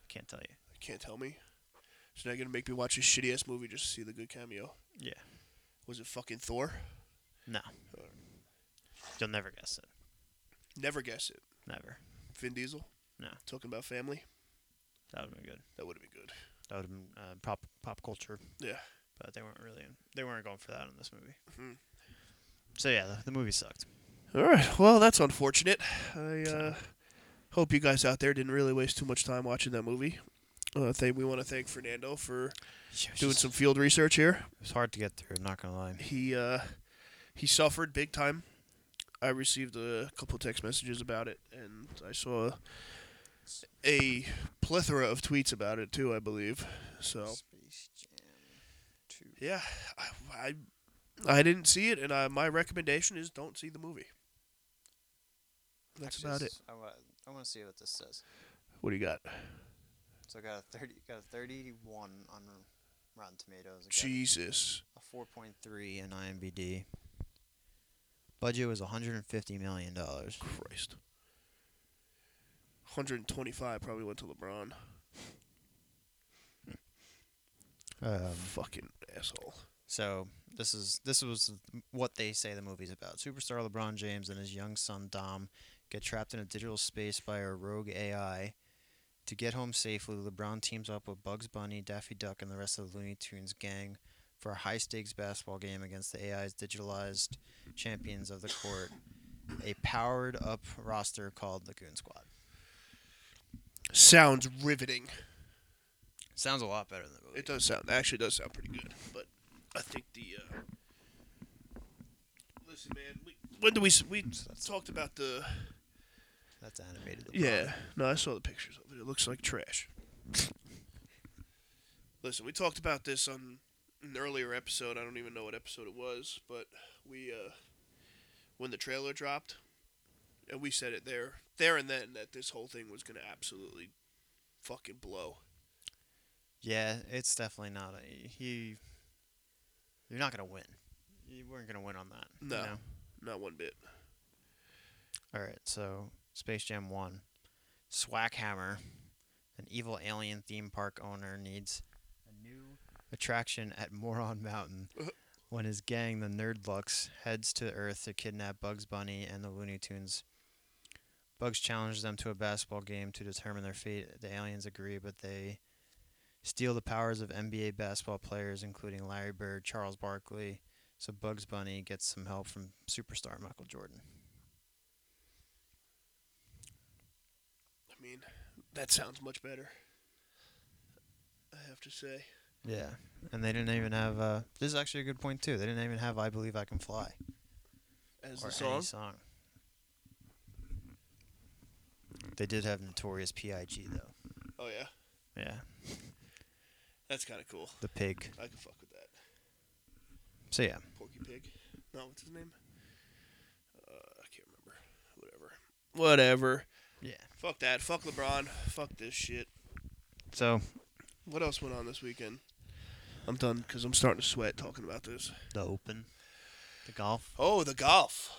[SPEAKER 1] Can't tell you.
[SPEAKER 2] Can't tell me. So now you're gonna make me watch this shitty ass movie just to see the good cameo.
[SPEAKER 1] Yeah.
[SPEAKER 2] Was it fucking Thor?
[SPEAKER 1] No. You'll never guess it.
[SPEAKER 2] Never guess it.
[SPEAKER 1] Never.
[SPEAKER 2] Vin Diesel.
[SPEAKER 1] No.
[SPEAKER 2] Talking about family.
[SPEAKER 1] That would have been good.
[SPEAKER 2] That would have been good.
[SPEAKER 1] That would have been uh, pop pop culture.
[SPEAKER 2] Yeah.
[SPEAKER 1] But they weren't really. They weren't going for that in this movie.
[SPEAKER 2] Mhm.
[SPEAKER 1] So yeah, the, the movie sucked.
[SPEAKER 2] All right. Well, that's unfortunate. I uh,
[SPEAKER 1] So-
[SPEAKER 2] hope you guys out there didn't really waste too much time watching that movie. Uh, thank, we want to thank Fernando for
[SPEAKER 1] It was,
[SPEAKER 2] doing
[SPEAKER 1] just-
[SPEAKER 2] some field research here.
[SPEAKER 1] it was hard to get through. I'm not gonna lie.
[SPEAKER 2] He uh, he suffered big time. I received a couple text messages about it, and I saw a plethora of tweets about it too. I believe so.
[SPEAKER 1] Space Jam Two.
[SPEAKER 2] Yeah, I I, I didn't see it, and I, my recommendation is don't see the movie. That's about it.
[SPEAKER 1] I want. I want to see what this says.
[SPEAKER 2] What do you got?
[SPEAKER 1] So I got a thirty. Got a thirty-one on Rotten Tomatoes.
[SPEAKER 2] Jesus.
[SPEAKER 1] a 4.3 in IMDb. Budget was 150 million dollars.
[SPEAKER 2] Christ. 125 probably went to LeBron.
[SPEAKER 1] Um,
[SPEAKER 2] Um, Fucking asshole.
[SPEAKER 1] So this is this was what they say the movie's about. Superstar LeBron James and his young son Dom get trapped in a digital space by a rogue AI. To get home safely, LeBron teams up with Bugs Bunny, Daffy Duck, and the rest of the Looney Tunes gang for a high stakes basketball game against the AI's digitalized champions of the court, a powered up roster called the Goon Squad.
[SPEAKER 2] Sounds riveting.
[SPEAKER 1] Sounds a lot better than the movie.
[SPEAKER 2] It does sound. Actually, does sound pretty good. But I think the. Uh, listen, man. We, when do we s- we talked about the?
[SPEAKER 1] That's animated. LeBron.
[SPEAKER 2] Yeah. No, I saw the pictures of it. It looks like trash. listen, we talked about this on an earlier episode. I don't even know what episode it was, but we uh, when the trailer dropped, and we said it there, there and then that this whole thing was gonna absolutely fucking blow.
[SPEAKER 1] Yeah, it's definitely not. A, he, you're not gonna win. You weren't gonna win on that. you
[SPEAKER 2] No.
[SPEAKER 1] know?
[SPEAKER 2] Not one bit.
[SPEAKER 1] All right. So Space Jam One, Swackhammer, an evil alien theme park owner needs a new attraction at Moron Mountain. When his gang, the Nerdlucks, heads to Earth to kidnap Bugs Bunny and the Looney Tunes, Bugs challenges them to a basketball game to determine their fate. The aliens agree, but they steal the powers of NBA basketball players, including Larry Bird, Charles Barkley. So Bugs Bunny gets some help from superstar Michael Jordan.
[SPEAKER 2] I mean, that sounds much better. I have to say.
[SPEAKER 1] Yeah, and they didn't even have. Uh, this is actually a good point too. They didn't even have "I Believe I Can Fly"
[SPEAKER 2] As
[SPEAKER 1] or
[SPEAKER 2] the song?
[SPEAKER 1] any song. They did have "Notorious P.I.G." though.
[SPEAKER 2] Oh yeah.
[SPEAKER 1] Yeah,
[SPEAKER 2] That's kinda cool.
[SPEAKER 1] the pig.
[SPEAKER 2] I can fuck with that.
[SPEAKER 1] So yeah,
[SPEAKER 2] Porky Pig. No, what's his name? Uh, I can't remember. Whatever. Whatever.
[SPEAKER 1] yeah.
[SPEAKER 2] Fuck that. Fuck LeBron. Fuck this shit.
[SPEAKER 1] So
[SPEAKER 2] What else went on this weekend? I'm done because I'm starting to sweat talking about this.
[SPEAKER 1] the Open, the golf.
[SPEAKER 2] Oh, the golf.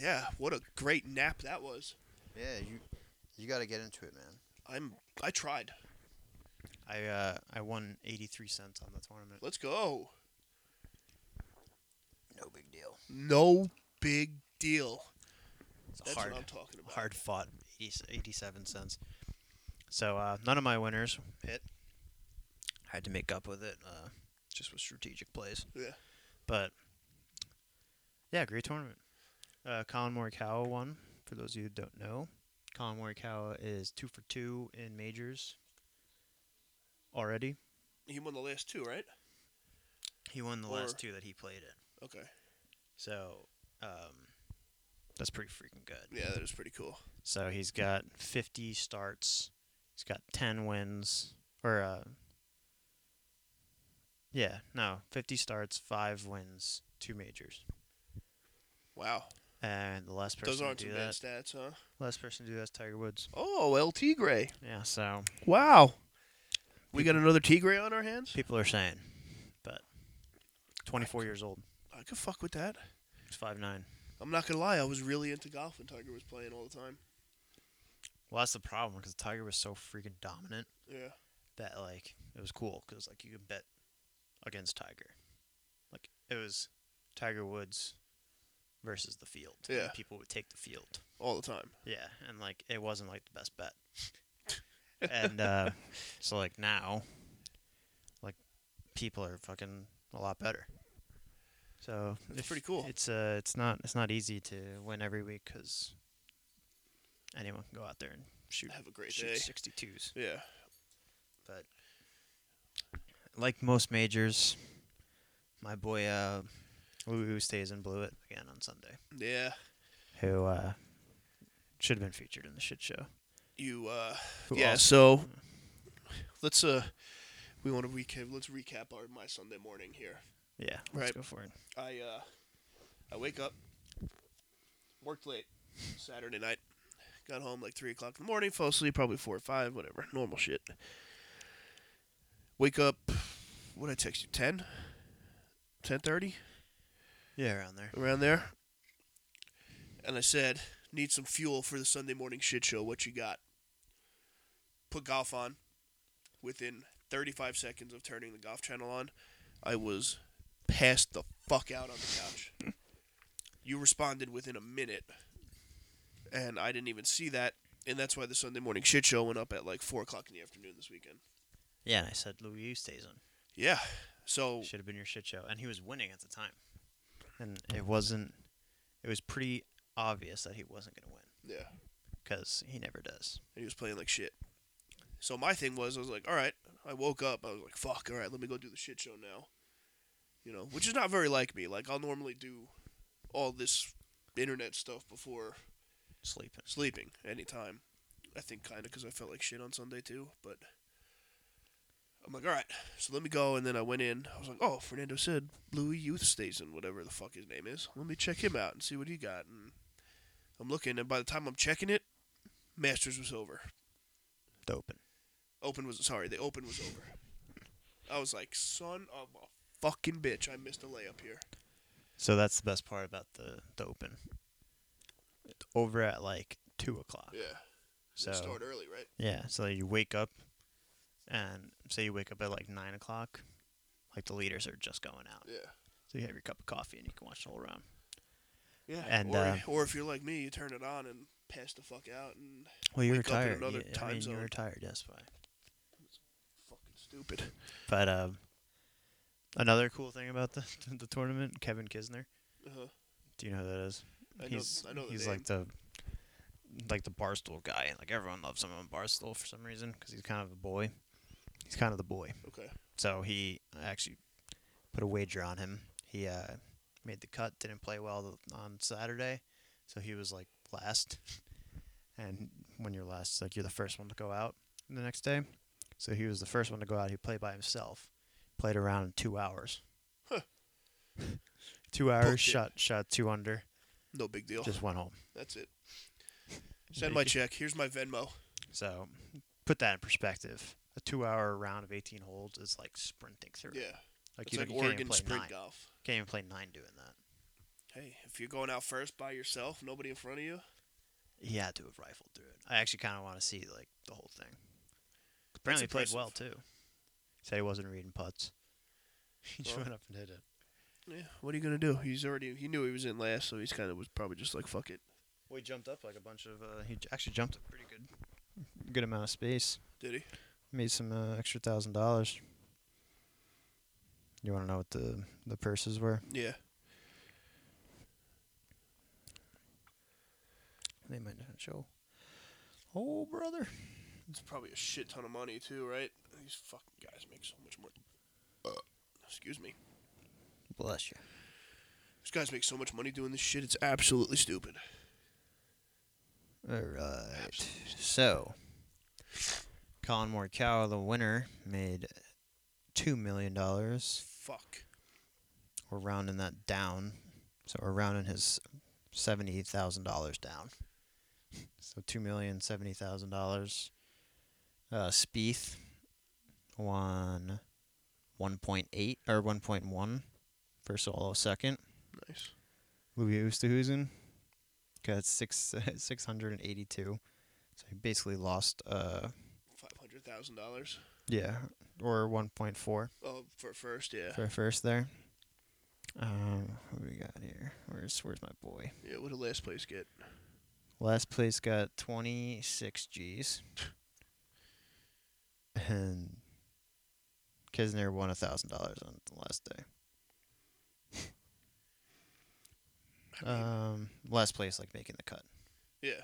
[SPEAKER 2] Yeah, what a great nap that was.
[SPEAKER 1] Yeah, you you got to get into it, man.
[SPEAKER 2] I'm. I tried.
[SPEAKER 1] I uh I won eighty three cents on the tournament.
[SPEAKER 2] Let's go.
[SPEAKER 1] No big deal.
[SPEAKER 2] No big deal.
[SPEAKER 1] It's
[SPEAKER 2] That's
[SPEAKER 1] hard
[SPEAKER 2] what I'm talking about.
[SPEAKER 1] hard fought 80, 87 cents. So uh, none of my winners hit. I had to make up with it uh, just with strategic plays.
[SPEAKER 2] Yeah.
[SPEAKER 1] But yeah, great tournament. Uh, Colin Morikawa won. For those of you who don't know, Colin Morikawa is two for two in majors already.
[SPEAKER 2] He won the last two, right?
[SPEAKER 1] He won the
[SPEAKER 2] Or-
[SPEAKER 1] last two that he played in.
[SPEAKER 2] Okay.
[SPEAKER 1] So um, that's pretty freaking good.
[SPEAKER 2] Yeah, that was pretty cool.
[SPEAKER 1] So he's got 50 starts. He's got 10 wins. Or, uh, yeah, no, 50 starts, 5 wins, 2 majors.
[SPEAKER 2] Wow.
[SPEAKER 1] And the last person
[SPEAKER 2] Those aren't
[SPEAKER 1] to
[SPEAKER 2] too
[SPEAKER 1] do
[SPEAKER 2] bad
[SPEAKER 1] that,
[SPEAKER 2] stats, huh?
[SPEAKER 1] last person to do that is Tiger Woods.
[SPEAKER 2] Oh, LT Gray.
[SPEAKER 1] Yeah, so
[SPEAKER 2] Wow. We got another Tigray on our hands?
[SPEAKER 1] people are saying, but 24 years old,
[SPEAKER 2] I could fuck with that.
[SPEAKER 1] he's 5'9.
[SPEAKER 2] I'm not gonna lie, I was really into golf when Tiger was playing all the time.
[SPEAKER 1] Well, that's the problem because Tiger was so freaking dominant
[SPEAKER 2] Yeah.
[SPEAKER 1] that, like, it was cool because, like, you could bet against Tiger. Like, it was Tiger Woods versus the field. and
[SPEAKER 2] Yeah.
[SPEAKER 1] people would take the field.
[SPEAKER 2] All the time.
[SPEAKER 1] Yeah, and like it wasn't like the best bet. and uh, so like now, like people are fucking a lot better. So
[SPEAKER 2] That's
[SPEAKER 1] if-
[SPEAKER 2] pretty cool.
[SPEAKER 1] It's uh, it's not it's not easy to win every week because anyone can go out there and shoot
[SPEAKER 2] Have a great day.
[SPEAKER 1] shoot sixty twos.
[SPEAKER 2] Yeah.
[SPEAKER 1] But like most majors, my boy uh, Louis stays in blew it again on Sunday.
[SPEAKER 2] Yeah.
[SPEAKER 1] Who uh, should have been featured in the shit show.
[SPEAKER 2] You uh
[SPEAKER 1] Who
[SPEAKER 2] Yeah,
[SPEAKER 1] also-
[SPEAKER 2] so let's uh we wanna recap let's recap our my Sunday morning here.
[SPEAKER 1] Yeah, let's
[SPEAKER 2] Right.
[SPEAKER 1] go for it.
[SPEAKER 2] I uh I wake up, worked late Saturday night, got home like three o'clock in the morning, fell asleep probably four or five, whatever, normal shit. Wake up, what did I text you? Ten, ten thirty
[SPEAKER 1] Yeah, around there.
[SPEAKER 2] around there. And I said, need some fuel for the Sunday morning shit show. What you got? Put golf on. Within 35 seconds of turning the golf channel on, I was passed the fuck out on the couch. you responded within a minute, and I didn't even see that. And that's why the Sunday morning shit show went up at like four o'clock in the afternoon this weekend.
[SPEAKER 1] Yeah, and I said Louis you stays on.
[SPEAKER 2] Yeah. So
[SPEAKER 1] Should have been your shit show, and he was winning at the time, and it wasn't. It was pretty obvious that he wasn't going to win
[SPEAKER 2] yeah,
[SPEAKER 1] because he never does.
[SPEAKER 2] and he was playing like shit. So my thing was, I was like, all right. I woke up. I was like, fuck. All right, let me go do the shit show now. You know, which is not very like me. Like I'll normally do all this internet stuff before
[SPEAKER 1] Sleeping.
[SPEAKER 2] sleeping anytime. I think kind of because I felt like shit on Sunday too. But I'm like, all right, so let me go. And then I went in. I was like, oh, Fernando said Louis Youth stays in whatever the fuck his name is. Let me check him out and see what he got. And I'm looking, and by the time I'm checking it, Masters was over.
[SPEAKER 1] Doping.
[SPEAKER 2] Open was sorry, the open was over. I was like, son of a fucking bitch, I missed a layup here.
[SPEAKER 1] So that's the best part about the the open. It's over at like two o'clock.
[SPEAKER 2] Yeah,
[SPEAKER 1] So
[SPEAKER 2] start early, right?
[SPEAKER 1] yeah, so you wake up, and say you wake up at like nine o'clock, like the leaders are just going out.
[SPEAKER 2] Yeah.
[SPEAKER 1] So you have your cup of coffee and you can watch the whole round.
[SPEAKER 2] Yeah,
[SPEAKER 1] And,
[SPEAKER 2] or,
[SPEAKER 1] uh,
[SPEAKER 2] or if you're like me, you turn it on and pass the fuck out and
[SPEAKER 1] Well, you're
[SPEAKER 2] Wake up in
[SPEAKER 1] retired.
[SPEAKER 2] another
[SPEAKER 1] yeah,
[SPEAKER 2] time
[SPEAKER 1] I mean,
[SPEAKER 2] zone.
[SPEAKER 1] you're retired. That's why.
[SPEAKER 2] fucking stupid.
[SPEAKER 1] But um, another cool thing about the the tournament, Kevin Kisner.
[SPEAKER 2] Uh-huh.
[SPEAKER 1] Do you know who that is?
[SPEAKER 2] I know-
[SPEAKER 1] he's
[SPEAKER 2] I know the
[SPEAKER 1] he's like the like the barstool guy. Like everyone loves him on barstool for some reason because he's kind of a boy. He's kind of the boy.
[SPEAKER 2] Okay.
[SPEAKER 1] So he I actually put a wager on him. He uh, made the cut. Didn't play well th- on Saturday, so he was like last. And when you're last, like you're the first one to go out the next day. So he was the first one to go out. He played by himself. Played around in two hours.
[SPEAKER 2] Huh.
[SPEAKER 1] two hours.
[SPEAKER 2] Bullshit.
[SPEAKER 1] Shot shot two under.
[SPEAKER 2] No big deal.
[SPEAKER 1] Just went home.
[SPEAKER 2] That's it. Send my check. Here's my Venmo.
[SPEAKER 1] So put that in perspective. A two-hour round of 18 holes is like sprinting through. it.
[SPEAKER 2] Yeah.
[SPEAKER 1] like
[SPEAKER 2] It's
[SPEAKER 1] you,
[SPEAKER 2] like
[SPEAKER 1] you can't even
[SPEAKER 2] Oregon
[SPEAKER 1] play
[SPEAKER 2] Spring
[SPEAKER 1] nine.
[SPEAKER 2] Golf.
[SPEAKER 1] Can't even play nine doing that.
[SPEAKER 2] Hey, if you're going out first by yourself, nobody in front of you.
[SPEAKER 1] He had to have rifled through it. I actually kind of want to see like the whole thing. Apparently, he played
[SPEAKER 2] impressive.
[SPEAKER 1] well too. Said he wasn't reading putts. He just
[SPEAKER 2] Well.
[SPEAKER 1] went up and hit it.
[SPEAKER 2] Yeah. What are you gonna do? He's already. He knew he was in last, so he's kind of was probably just like fuck it.
[SPEAKER 1] Well, he jumped up like a bunch of. Uh, he j- actually jumped a pretty good, good amount of space.
[SPEAKER 2] Did he?
[SPEAKER 1] Made some uh, extra thousand dollars. You want to know what the the purses were?
[SPEAKER 2] Yeah.
[SPEAKER 1] They might not show. Oh brother.
[SPEAKER 2] It's probably a shit ton of money too, right? These fucking guys make so much money. Uh, excuse me.
[SPEAKER 1] Bless you.
[SPEAKER 2] These guys make so much money doing this shit. It's absolutely stupid.
[SPEAKER 1] All right. So, Colin Morikawa, the winner, made two million dollars.
[SPEAKER 2] Fuck.
[SPEAKER 1] We're rounding that down, so we're rounding his seventy thousand dollars down. So two million seventy thousand dollars. Uh, Spieth won one point eight or one point one for solo second.
[SPEAKER 2] Nice.
[SPEAKER 1] Louis Oosthuizen got six six hundred and eighty two. So he basically lost uh
[SPEAKER 2] Five hundred thousand dollars.
[SPEAKER 1] yeah, or one point four
[SPEAKER 2] Oh, for first, yeah.
[SPEAKER 1] for first there. Um what do we got here? Where's where's my boy?
[SPEAKER 2] Yeah. What did last place get?
[SPEAKER 1] Last place got twenty six G's. And Kisner won a thousand dollars on the last day. Um last place like making the cut.
[SPEAKER 2] Yeah.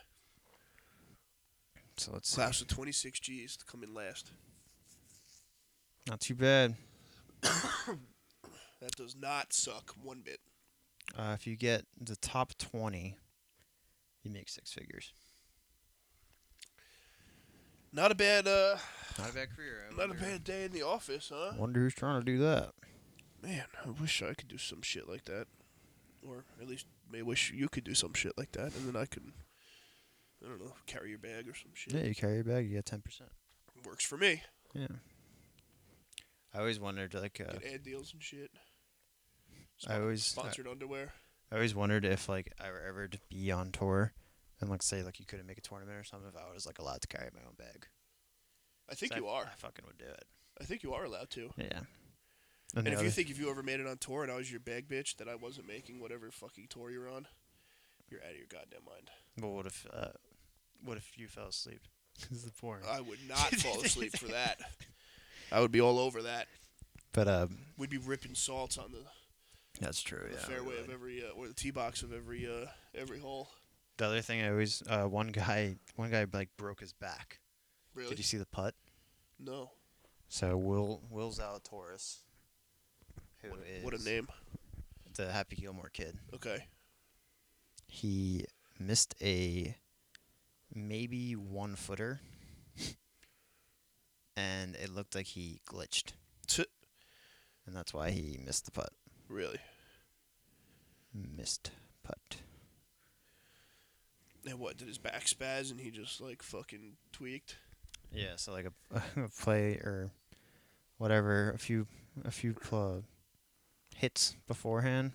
[SPEAKER 1] So let's see.
[SPEAKER 2] Class of 26 G's to come in last.
[SPEAKER 1] Not too bad.
[SPEAKER 2] That does not suck one bit.
[SPEAKER 1] Uh, if you get the top 20, you make six figures.
[SPEAKER 2] Not a bad, uh,
[SPEAKER 1] Not a bad career.
[SPEAKER 2] not a bad day in the office, huh?
[SPEAKER 1] Wonder who's trying to do that.
[SPEAKER 2] Man, I wish I could do some shit like that, or at least may wish you could do some shit like that, and then I could, I don't know, carry your bag or some shit.
[SPEAKER 1] Yeah, you carry your bag, you get 10%.
[SPEAKER 2] Works for me.
[SPEAKER 1] Yeah. I always wondered, like, uh,
[SPEAKER 2] Get ad deals and shit.
[SPEAKER 1] I always, I,
[SPEAKER 2] Sponsored underwear.
[SPEAKER 1] I always wondered if, like, I were ever to be on tour, and like, say, like, you couldn't make a tournament or something, if I was like allowed to carry my own bag.
[SPEAKER 2] I think
[SPEAKER 1] 'Cause
[SPEAKER 2] you
[SPEAKER 1] I,
[SPEAKER 2] are.
[SPEAKER 1] I fucking would do it.
[SPEAKER 2] I think you are allowed to.
[SPEAKER 1] Yeah. And, the
[SPEAKER 2] And if
[SPEAKER 1] other-
[SPEAKER 2] you think if you ever made it on tour and I was your bag bitch that I wasn't making whatever fucking tour you're on, you're out of your goddamn mind.
[SPEAKER 1] but what if, uh, what if you fell asleep? 'Cause the porn.
[SPEAKER 2] I would not fall asleep for that. I would be all over that.
[SPEAKER 1] but uh,
[SPEAKER 2] We'd be ripping salts on the,
[SPEAKER 1] that's true.
[SPEAKER 2] the
[SPEAKER 1] Yeah.
[SPEAKER 2] fairway of every uh, or the tee box of every uh, every hole.
[SPEAKER 1] The other thing I always, uh, one guy, one guy like broke his back.
[SPEAKER 2] Really?
[SPEAKER 1] Did you see the putt?
[SPEAKER 2] No.
[SPEAKER 1] So Will Will Zalatoris, who is
[SPEAKER 2] What, what a name.
[SPEAKER 1] the Happy Gilmore kid,
[SPEAKER 2] Okay.
[SPEAKER 1] he missed a maybe one footer, and it looked like he glitched,
[SPEAKER 2] T-
[SPEAKER 1] and that's why he missed the putt.
[SPEAKER 2] really.
[SPEAKER 1] Missed putt.
[SPEAKER 2] And what did his back spaz and he just like fucking tweaked?
[SPEAKER 1] Yeah, so like a, a play or whatever, a few a few pl- hits beforehand,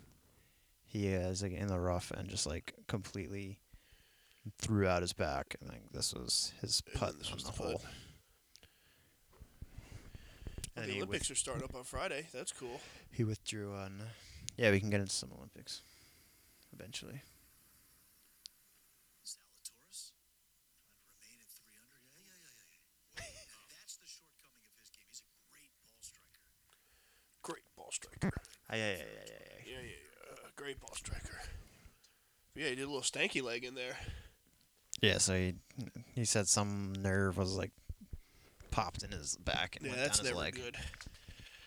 [SPEAKER 1] he is like in the rough and just like completely threw out his back, and like this was his
[SPEAKER 2] And
[SPEAKER 1] putt
[SPEAKER 2] then this
[SPEAKER 1] on
[SPEAKER 2] was
[SPEAKER 1] the
[SPEAKER 2] the putt.
[SPEAKER 1] hole.
[SPEAKER 2] Well,
[SPEAKER 1] And
[SPEAKER 2] the
[SPEAKER 1] he, with-
[SPEAKER 2] Olympics are starting up on Friday. That's cool.
[SPEAKER 1] he withdrew on. Yeah, we can get into some Olympics eventually.
[SPEAKER 3] Zalatoris trying to remain at 300. Yeah, yeah, yeah, yeah. yeah. Well, now that's the shortcoming of his game. He's a great ball striker.
[SPEAKER 2] Great ball striker.
[SPEAKER 1] Yeah, yeah, yeah, yeah,
[SPEAKER 2] Ah, yeah, yeah, yeah. Uh, great ball striker. But yeah, he did a little stanky leg in there.
[SPEAKER 1] yeah. so he he said some nerve was like popped in his back and
[SPEAKER 2] Yeah,
[SPEAKER 1] went
[SPEAKER 2] that's
[SPEAKER 1] down his
[SPEAKER 2] never
[SPEAKER 1] leg.
[SPEAKER 2] good.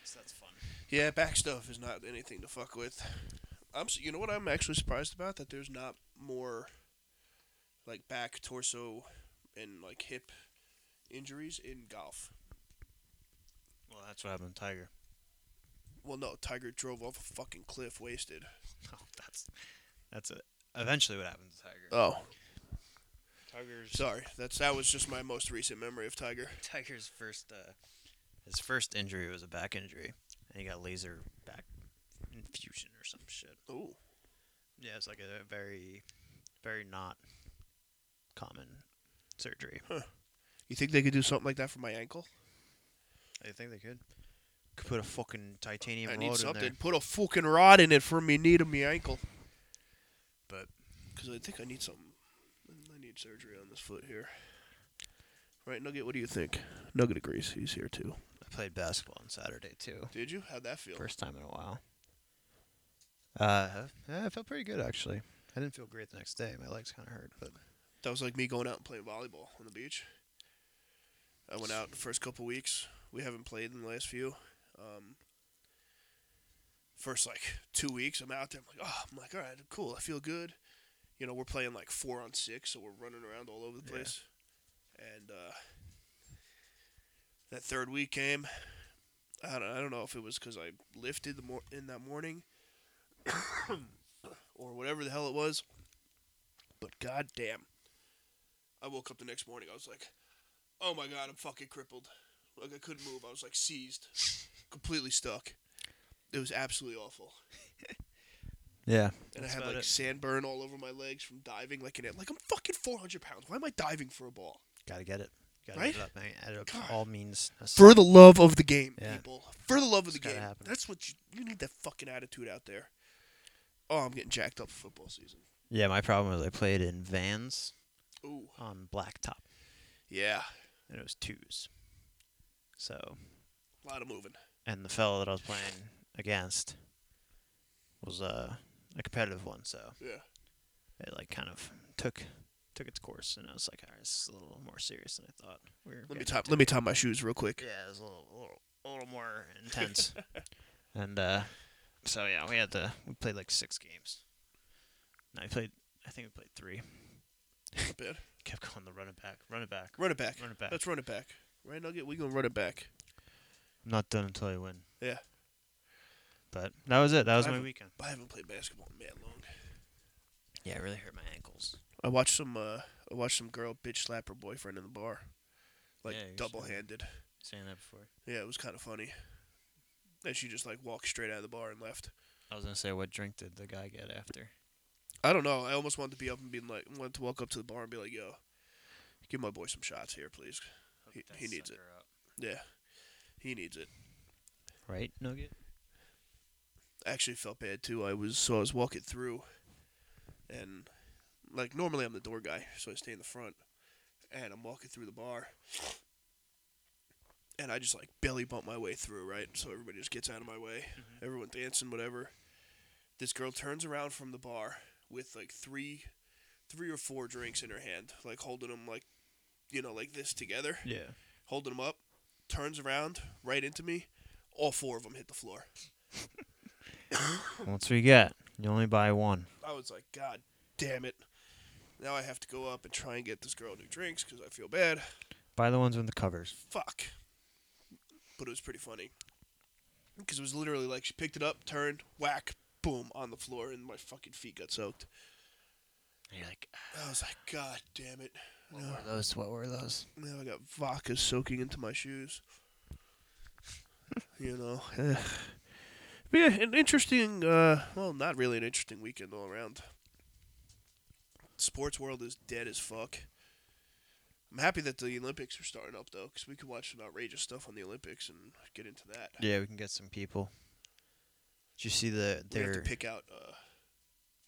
[SPEAKER 1] So that's fun.
[SPEAKER 2] Yeah, back stuff is not anything to fuck with. I'm. s- You know what I'm actually surprised about that there's not more, like back, torso, and like hip injuries in golf.
[SPEAKER 1] Well, that's what happened to Tiger.
[SPEAKER 2] Well, no, Tiger drove off a fucking cliff, wasted.
[SPEAKER 1] No, Oh, that's that's it. Eventually, what happened to Tiger?
[SPEAKER 2] Oh,
[SPEAKER 1] Tiger's
[SPEAKER 2] sorry. That's that was just my most recent memory of Tiger.
[SPEAKER 1] Tiger's first uh, his first injury was a back injury, and he got laser back infusion or some shit.
[SPEAKER 2] Ooh,
[SPEAKER 1] Yeah, it's like a very, very not common surgery.
[SPEAKER 2] you think they could do something like that for my ankle?
[SPEAKER 1] I think they could. Could put a fucking titanium
[SPEAKER 2] I
[SPEAKER 1] rod
[SPEAKER 2] need
[SPEAKER 1] in
[SPEAKER 2] something.
[SPEAKER 1] there.
[SPEAKER 2] Put a fucking rod in it for me knee to me ankle.
[SPEAKER 1] But-
[SPEAKER 2] because I think I need something. I need surgery on this foot here. Right, Nugget. What do you think? Nugget agrees. He's here too.
[SPEAKER 1] I played basketball on Saturday too.
[SPEAKER 2] Did you? How'd that feel?
[SPEAKER 1] First time in a while. Uh, yeah, I felt pretty good actually. I didn't feel great the next day. My legs kind of hurt, but
[SPEAKER 2] That was like me going out and playing volleyball on the beach. I went out the first couple weeks. We haven't played in the last few. Um, first like two weeks, I'm out there. I'm like, oh, I'm like, all right, cool. I feel good. You know, we're playing like four on six, so we're running around all over the
[SPEAKER 1] Yeah.
[SPEAKER 2] place. And uh, that third week came. I don't, I don't know if it was because I lifted the mor- in that morning, or whatever the hell it was. But goddamn, I woke up the next morning. I was like, "Oh my god, I'm fucking crippled. Like I couldn't move. I was like seized, completely stuck. It was absolutely awful.
[SPEAKER 1] yeah,
[SPEAKER 2] And
[SPEAKER 1] That's
[SPEAKER 2] I had
[SPEAKER 1] about
[SPEAKER 2] like
[SPEAKER 1] it.
[SPEAKER 2] sandburn all over my legs from diving. Like in it, like I'm fucking 400 pounds. Why am I diving for a ball?
[SPEAKER 1] Gotta get it. Gotta
[SPEAKER 2] Right?
[SPEAKER 1] get it up, man. Add it up
[SPEAKER 2] God.
[SPEAKER 1] to all means. That's-
[SPEAKER 2] For the love of the game,
[SPEAKER 1] Yeah.
[SPEAKER 2] people. For the love
[SPEAKER 1] It's
[SPEAKER 2] of the
[SPEAKER 1] gotta
[SPEAKER 2] game.
[SPEAKER 1] happen.
[SPEAKER 2] That's what you you need. That fucking attitude out there. Oh, I'm getting jacked up for football season.
[SPEAKER 1] yeah, my problem was I played in vans
[SPEAKER 2] Ooh,
[SPEAKER 1] on blacktop,
[SPEAKER 2] yeah,
[SPEAKER 1] and it was twos. So,
[SPEAKER 2] a lot of moving.
[SPEAKER 1] and the fellow that I was playing against was uh, a competitive one, so
[SPEAKER 2] Yeah.
[SPEAKER 1] it like kind of took took its course, and I was like, all right, this is a little more serious than I thought. We were
[SPEAKER 2] Let me
[SPEAKER 1] getting
[SPEAKER 2] tie
[SPEAKER 1] into
[SPEAKER 2] let me tie my shoes real quick.
[SPEAKER 1] yeah, it was a little, a little, a little more intense. and uh, so yeah, we had to we played like six games. No, I played. I think we played three.
[SPEAKER 2] Not bad.
[SPEAKER 1] Kept calling the run it back, run it back,
[SPEAKER 2] Run it back.
[SPEAKER 1] run it back.
[SPEAKER 2] Let's run it back. Right, Nugget? We're going to run it back.
[SPEAKER 1] I'm not done until I win.
[SPEAKER 2] Yeah.
[SPEAKER 1] But that was it. That was
[SPEAKER 2] I
[SPEAKER 1] my
[SPEAKER 2] haven't-
[SPEAKER 1] weekend.
[SPEAKER 2] I haven't played basketball in that long.
[SPEAKER 1] Yeah, it really hurt my ankles.
[SPEAKER 2] I watched some uh, I watched some girl bitch slap her boyfriend in the bar. Like
[SPEAKER 1] Yeah, you said.
[SPEAKER 2] double handed.
[SPEAKER 1] Saying that before.
[SPEAKER 2] Yeah, it was kind of funny. And she just like walked straight out of the bar and left.
[SPEAKER 1] I was gonna say, what drink did the guy get after?
[SPEAKER 2] I don't know. I almost wanted to be up and be like wanted to walk up to the bar and be like, "Yo, give my boy some shots here, please. He-
[SPEAKER 1] Hooked that
[SPEAKER 2] he needs
[SPEAKER 1] sucker Up.
[SPEAKER 2] Yeah. He needs it."
[SPEAKER 1] Right, Nugget.
[SPEAKER 2] I actually felt bad too. I was so I was walking through, and like normally I'm the door guy, so I stay in the front, and I'm walking through the bar, and I just like belly bump my way through, right? So everybody just gets out of my way, everyone dancing, whatever. This girl turns around from the bar with like three, three or four drinks in her hand, like holding them like, you know, like this together
[SPEAKER 1] Yeah.
[SPEAKER 2] holding him up, turns around right into me. All four of them hit the floor.
[SPEAKER 1] What's we got? You only buy one.
[SPEAKER 2] I was like, God damn it. Now I have to go up and try and get this girl new drinks because I feel bad.
[SPEAKER 1] Buy the ones with the covers.
[SPEAKER 2] Fuck. But it was pretty funny. Because it was literally like she picked it up, turned, whack, boom, on the floor, and my fucking feet got soaked.
[SPEAKER 1] And you're like, "Ah,
[SPEAKER 2] I was like, God damn it.
[SPEAKER 1] what were those? What were those?
[SPEAKER 2] Now I got vodka soaking into my shoes. you know. eh. But yeah, an interesting, uh, well, not really an interesting weekend all around. Sports world is dead as fuck. I'm happy that the Olympics are starting up, though, because we could watch some outrageous stuff on the Olympics and get into that.
[SPEAKER 1] Yeah, we can get some people. Did you see the
[SPEAKER 2] We have to
[SPEAKER 1] their
[SPEAKER 2] pick out, uh,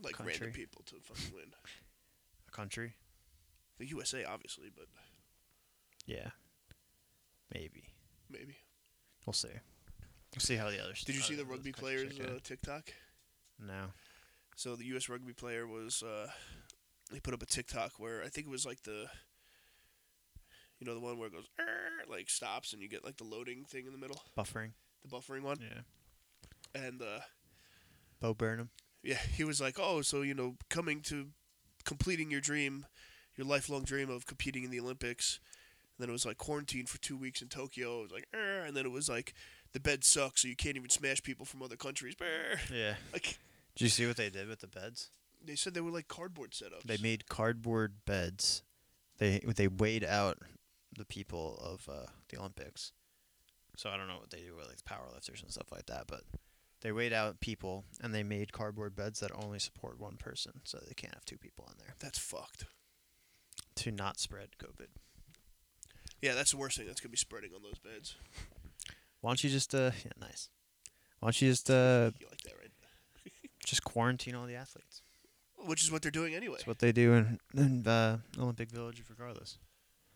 [SPEAKER 2] like,
[SPEAKER 1] Country.
[SPEAKER 2] random people to fucking win.
[SPEAKER 1] country?
[SPEAKER 2] The USA, obviously, but
[SPEAKER 1] Yeah. Maybe.
[SPEAKER 2] maybe.
[SPEAKER 1] We'll see. We'll see how the others.
[SPEAKER 2] Did you
[SPEAKER 1] how
[SPEAKER 2] see the
[SPEAKER 1] those
[SPEAKER 2] rugby
[SPEAKER 1] countries
[SPEAKER 2] players'
[SPEAKER 1] are
[SPEAKER 2] uh,
[SPEAKER 1] doing.
[SPEAKER 2] TikTok?
[SPEAKER 1] no.
[SPEAKER 2] So the U.S. rugby player was uh, he put up a TikTok where I think it was like the you know the one where it goes "Arr," like stops and you get like the loading thing in the middle,
[SPEAKER 1] Buffering.
[SPEAKER 2] the buffering one,
[SPEAKER 1] Yeah.
[SPEAKER 2] and uh,
[SPEAKER 1] Bo Burnham.
[SPEAKER 2] yeah, he was like, oh, so you know, coming to completing your dream, your lifelong dream of competing in the Olympics. And then it was like quarantine for two weeks in Tokyo. It was like, "Arr," and then it was like the bed sucks, so you can't even smash people from other countries. Brr.
[SPEAKER 1] Yeah.
[SPEAKER 2] Like
[SPEAKER 1] Did you see what they did with the beds?
[SPEAKER 2] they said, they were like cardboard setups.
[SPEAKER 1] They made cardboard beds. They they weighed out the people of uh, the Olympics. So I don't know what they do with like powerlifters and stuff like that, but they weighed out people and they made cardboard beds that only support one person, so they can't have two people in there
[SPEAKER 2] That's fucked.
[SPEAKER 1] to not spread COVID.
[SPEAKER 2] Yeah, that's the worst thing that's gonna be spreading on those beds.
[SPEAKER 1] Why don't you just uh yeah nice? Why don't you just uh
[SPEAKER 2] you like that, right?
[SPEAKER 1] just quarantine all the athletes?
[SPEAKER 2] Which is what they're doing anyway.
[SPEAKER 1] That's what they do in, in uh, Olympic Village, regardless.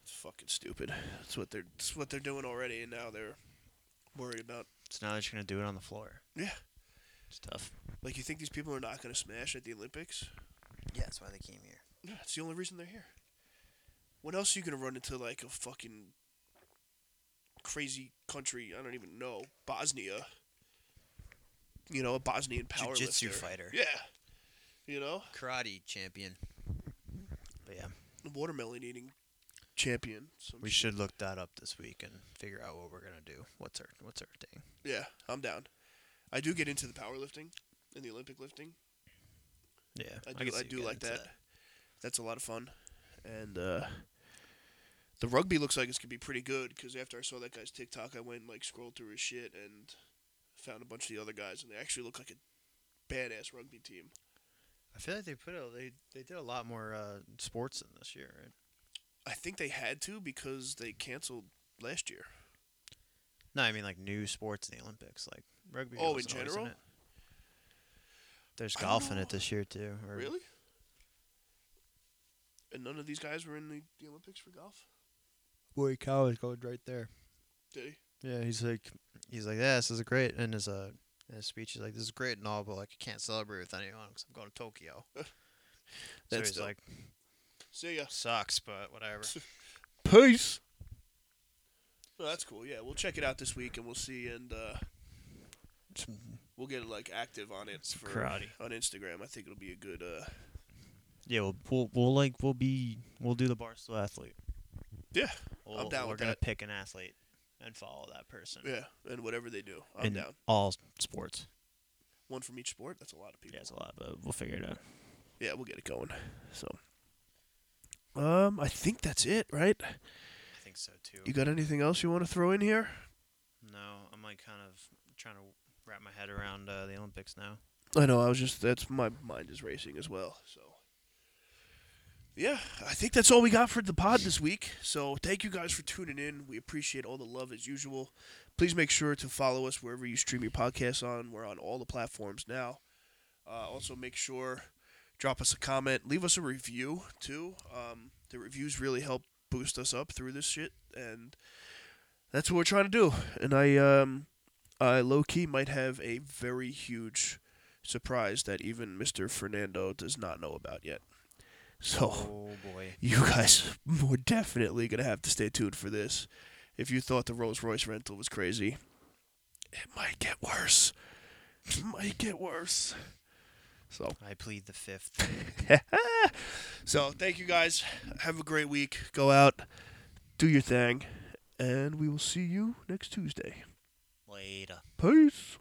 [SPEAKER 2] It's fucking stupid. That's what they're that's what they're doing already, and now they're worried about.
[SPEAKER 1] So now they're just gonna do it on the floor.
[SPEAKER 2] Yeah,
[SPEAKER 1] It's tough.
[SPEAKER 2] like you think these people are not gonna smash at the Olympics?
[SPEAKER 1] Yeah, that's why they came here.
[SPEAKER 2] No, that's the only reason they're here. When else are you gonna run into like a fucking crazy country? I don't even know Bosnia. You know, a Bosnian power
[SPEAKER 1] Jiu-jitsu fighter.
[SPEAKER 2] Yeah, you know,
[SPEAKER 1] karate champion. But yeah,
[SPEAKER 2] watermelon eating champion. Some
[SPEAKER 1] we should look that up this week and figure out what we're gonna do. What's our what's our thing?
[SPEAKER 2] Yeah, I'm down. I do get into the powerlifting and the Olympic lifting.
[SPEAKER 1] Yeah,
[SPEAKER 2] I
[SPEAKER 1] can
[SPEAKER 2] do.
[SPEAKER 1] see
[SPEAKER 2] I,
[SPEAKER 1] you
[SPEAKER 2] do
[SPEAKER 1] getting
[SPEAKER 2] like
[SPEAKER 1] into
[SPEAKER 2] that. That's a lot of fun. And uh, the rugby looks like it's gonna be pretty good because after I saw that guy's TikTok, I went and, like scrolled through his shit and found a bunch of the other guys, and they actually look like a badass rugby team.
[SPEAKER 1] I feel like they put a, they they did a lot more uh, sports in this year, right?
[SPEAKER 2] I think they had to because they canceled last year.
[SPEAKER 1] No, I mean like new sports in the Olympics, like rugby.
[SPEAKER 2] Oh, in
[SPEAKER 1] wasn't always
[SPEAKER 2] general?
[SPEAKER 1] it. There's
[SPEAKER 2] I don't
[SPEAKER 1] golf in
[SPEAKER 2] know.
[SPEAKER 1] it this year too. or-
[SPEAKER 2] Really? And none of these guys were in the, the Olympics for golf.
[SPEAKER 1] Boy, college going right there.
[SPEAKER 2] Did he?
[SPEAKER 1] Yeah, he's like he's like yeah, this is great, and his uh in his speech he's like this is great and all, but like I can't celebrate with anyone because I'm going to Tokyo. so
[SPEAKER 2] That's
[SPEAKER 1] he's
[SPEAKER 2] dope.
[SPEAKER 1] like
[SPEAKER 2] See ya.
[SPEAKER 1] sucks, but whatever.
[SPEAKER 2] Peace. Well, that's cool. Yeah, we'll check it out this week and we'll see and uh, we'll get like active on it for,
[SPEAKER 1] karate.
[SPEAKER 2] on Instagram. I think it'll be a good. Uh,
[SPEAKER 1] Yeah, we'll, we'll we'll like we'll be we'll do the barstool athlete.
[SPEAKER 2] yeah,
[SPEAKER 1] we
[SPEAKER 2] I'm down
[SPEAKER 1] We're
[SPEAKER 2] with
[SPEAKER 1] gonna
[SPEAKER 2] that.
[SPEAKER 1] pick an athlete and follow that person.
[SPEAKER 2] yeah, and whatever they do, I'm
[SPEAKER 1] in
[SPEAKER 2] down.
[SPEAKER 1] all sports.
[SPEAKER 2] One from each sport. That's a lot of people.
[SPEAKER 1] Yeah, it's a lot, but we'll figure it out.
[SPEAKER 2] Yeah, we'll get it going. So, um, I think that's it, right?
[SPEAKER 1] I think so too.
[SPEAKER 2] You got anything else you want to throw in here?
[SPEAKER 1] no, I'm like kind of trying to wrap my head around uh, the Olympics now.
[SPEAKER 2] I know. I was just that's my mind is racing as well. So yeah, I think that's all we got for the pod this week. So thank you guys for tuning in. We appreciate all the love as usual. Please make sure to follow us wherever you stream your podcasts on. We're on all the platforms now. Uh, also, make sure drop us a comment, leave us a review too. Um, the reviews really help boost us up through this shit, and that's what we're trying to do. And I, um, I low key might have a very huge surprise that even Mr. Fernando does not know about yet. So
[SPEAKER 1] Oh boy.
[SPEAKER 2] you guys were definitely gonna have to stay tuned for this. If you thought the Rolls Royce rental was crazy, it might get worse. It might get worse. So,
[SPEAKER 1] I plead the fifth.
[SPEAKER 2] so thank you guys. Have a great week. Go out, do your thing, and we will see you next Tuesday.
[SPEAKER 1] Later.
[SPEAKER 2] Peace.